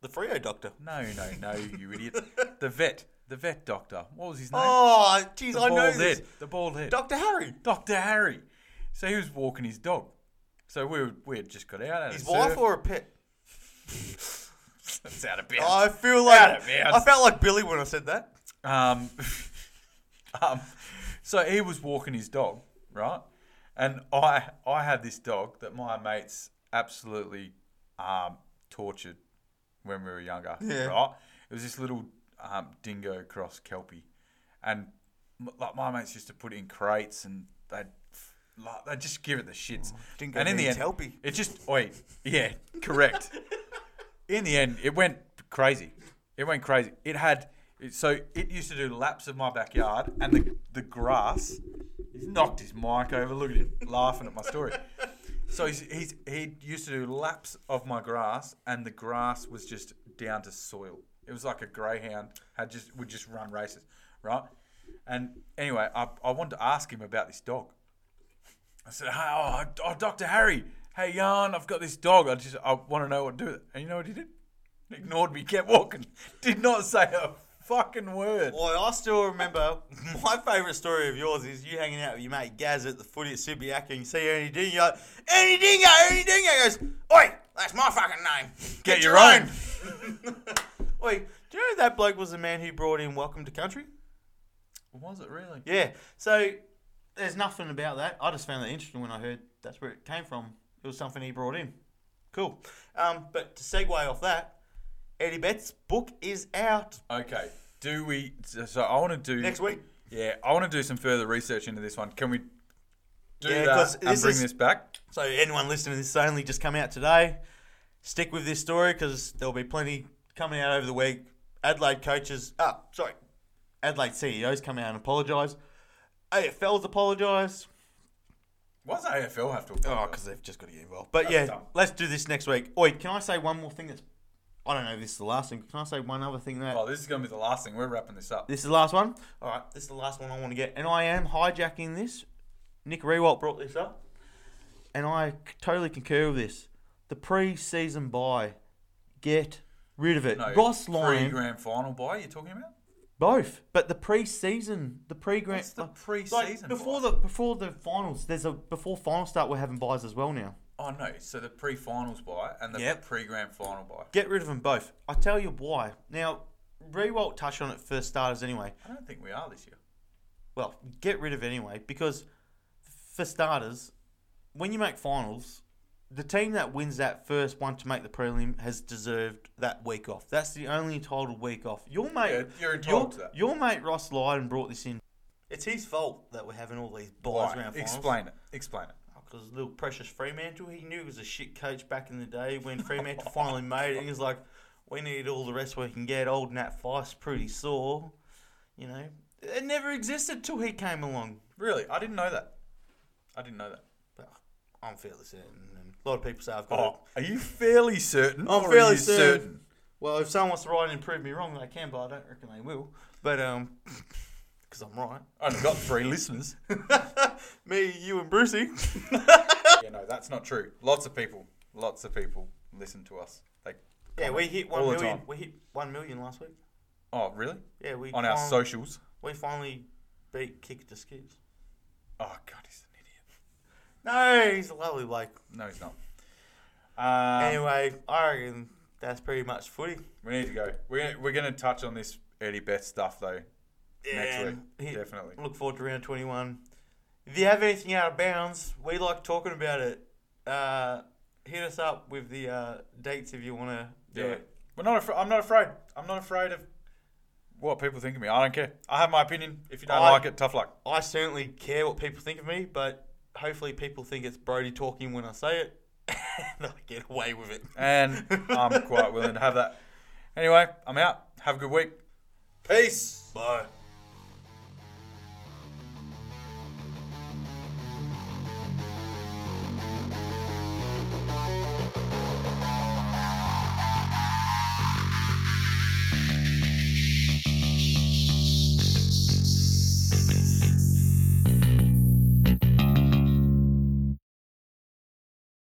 The Frio Doctor. No, no, no, you idiot. The vet, the vet doctor. What was his name? Oh, jeez, the I know bald this. head. The bald head. Doctor Harry. Dr. Harry. So he was walking his dog. So we were, we had just got out. had a His surf. wife or a pet? It's out of bounds. I feel like Out of bounds. I felt like Billy when I said that. Um, um, so he was walking his dog, right? And I I had this dog that my mates absolutely um, tortured when we were younger, right? It was this little um, dingo cross kelpie, and m- like my mates used to put it in crates and they. would Like, they just give it the shits, dingo and in the means end, helpy. it just oi, yeah, correct. in the end, it went crazy. It went crazy. It had it- so it used to do laps of my backyard, and the the grass. He's knocked his mic over. Look at him laughing at my story. So he's, he's he used to do laps of my grass, and the grass was just down to soil. It was like a greyhound had just would just run races, right? And anyway, I, I wanted to ask him about this dog. I said, "Hey, oh, oh, Doctor Harry, hey, Jan, I've got this dog. I just, I want to know what to do." with it." And you know what he did? He Ignored me, kept walking. Did not say a fucking word. Boy, I still remember my favourite story of yours is you hanging out with your mate Gaz at the footy at Subiaco and you see Ernie Dingo, you're like, Ernie Dingo, Ernie Dingo He goes, Oi, that's my fucking name. Get your own." Oi, do you know that bloke was the man who brought in Welcome to Country? Was it really? Yeah. So there's nothing about that. I just found that interesting when I heard that's where it came from. It was something he brought in. Cool. Um, but to segue off that, Eddie Betts' book is out Okay. Do we? So so I want to do next week. Yeah, I want to do some further research into this one. Can we do Yeah, 'cause that and this bring is- this back? So anyone listening to this has only just come out today, stick with this story because there'll be plenty coming out over the week. Adelaide coaches, ah, sorry, Adelaide CEOs come out and apologise. AFL's apologise. Why does AFL have to? Apologize? Oh, because they've just got to get involved. But yeah, dumb. let's do this next week. Oi, can I say one more thing? That's I don't know. if This is the last thing. Can I say one other thing that Oh, this is going to be the last thing. We're wrapping this up. this is the last one? All right, this is the last one I want to get, and I am hijacking this. Nick Rewalt brought this up, and I c- totally concur with this. The pre-season buy, get rid of it. No, Ross Three Lyon, grand final buy. You're talking about? both, but the pre-season, the pre-grand, What's the like- pre-season like, before buy? the before the finals. There's a before final start. We're having buys as well now. Oh no. So the pre-finals buy and the Yep. pre-grand final buy. Get rid of them both. I tell you why. Now, Rewalt touched on it for starters anyway. I don't think we are this year. Well, get rid of it anyway because, for starters, when you make finals, the team that wins that first one to make the prelim has deserved that week off. That's the only entitled week off. Your mate, Yeah, you're entitled your, to that. your mate Ross Lydon brought this in. It's his fault that we're having all these buys Why? around finals. Explain it. Explain it. Because little precious Fremantle, he knew he was a shit coach back in the day when Fremantle finally made it. He was like, we need all the rest we can get. Old Nat Feist, pretty sore. You know, it never existed till he came along. Really, I didn't know that. I didn't know that. But I'm fairly certain. And a lot of people say I've got Oh, are you fairly certain? I'm or are fairly you certain. it. Well, if someone wants to write and prove me wrong, they can, but I don't reckon they will. But, um, because I'm right. I only got three listeners. Me, you, and Brucey. Yeah, no, that's not true. Lots of people, lots of people listen to us. They yeah, comment we hit one all the million. time. We hit one million last week. Oh, really? Yeah, we On our fin- socials. We finally beat Kick the Skids. Oh God, he's an idiot. No, he's a lovely bloke. No, he's not. Um, Anyway, I reckon that's pretty much footy. we need to go. We're gonna, we're going to touch on this Eddie Beth stuff though. Next week, he- definitely. Look forward to round 21. If you have anything out of bounds, we like talking about it. Uh, hit us up with the uh, dates if you want to do Yeah, it. we're not. Afra- I'm not afraid. I'm not afraid of what people think of me. I don't care. I have my opinion. If you don't I- like it, tough luck. I certainly care what people think of me, but hopefully people think it's Brody talking when I say it. and I get away with it. And I'm quite willing to have that. Anyway, I'm out. Have a good week. Peace. Bye.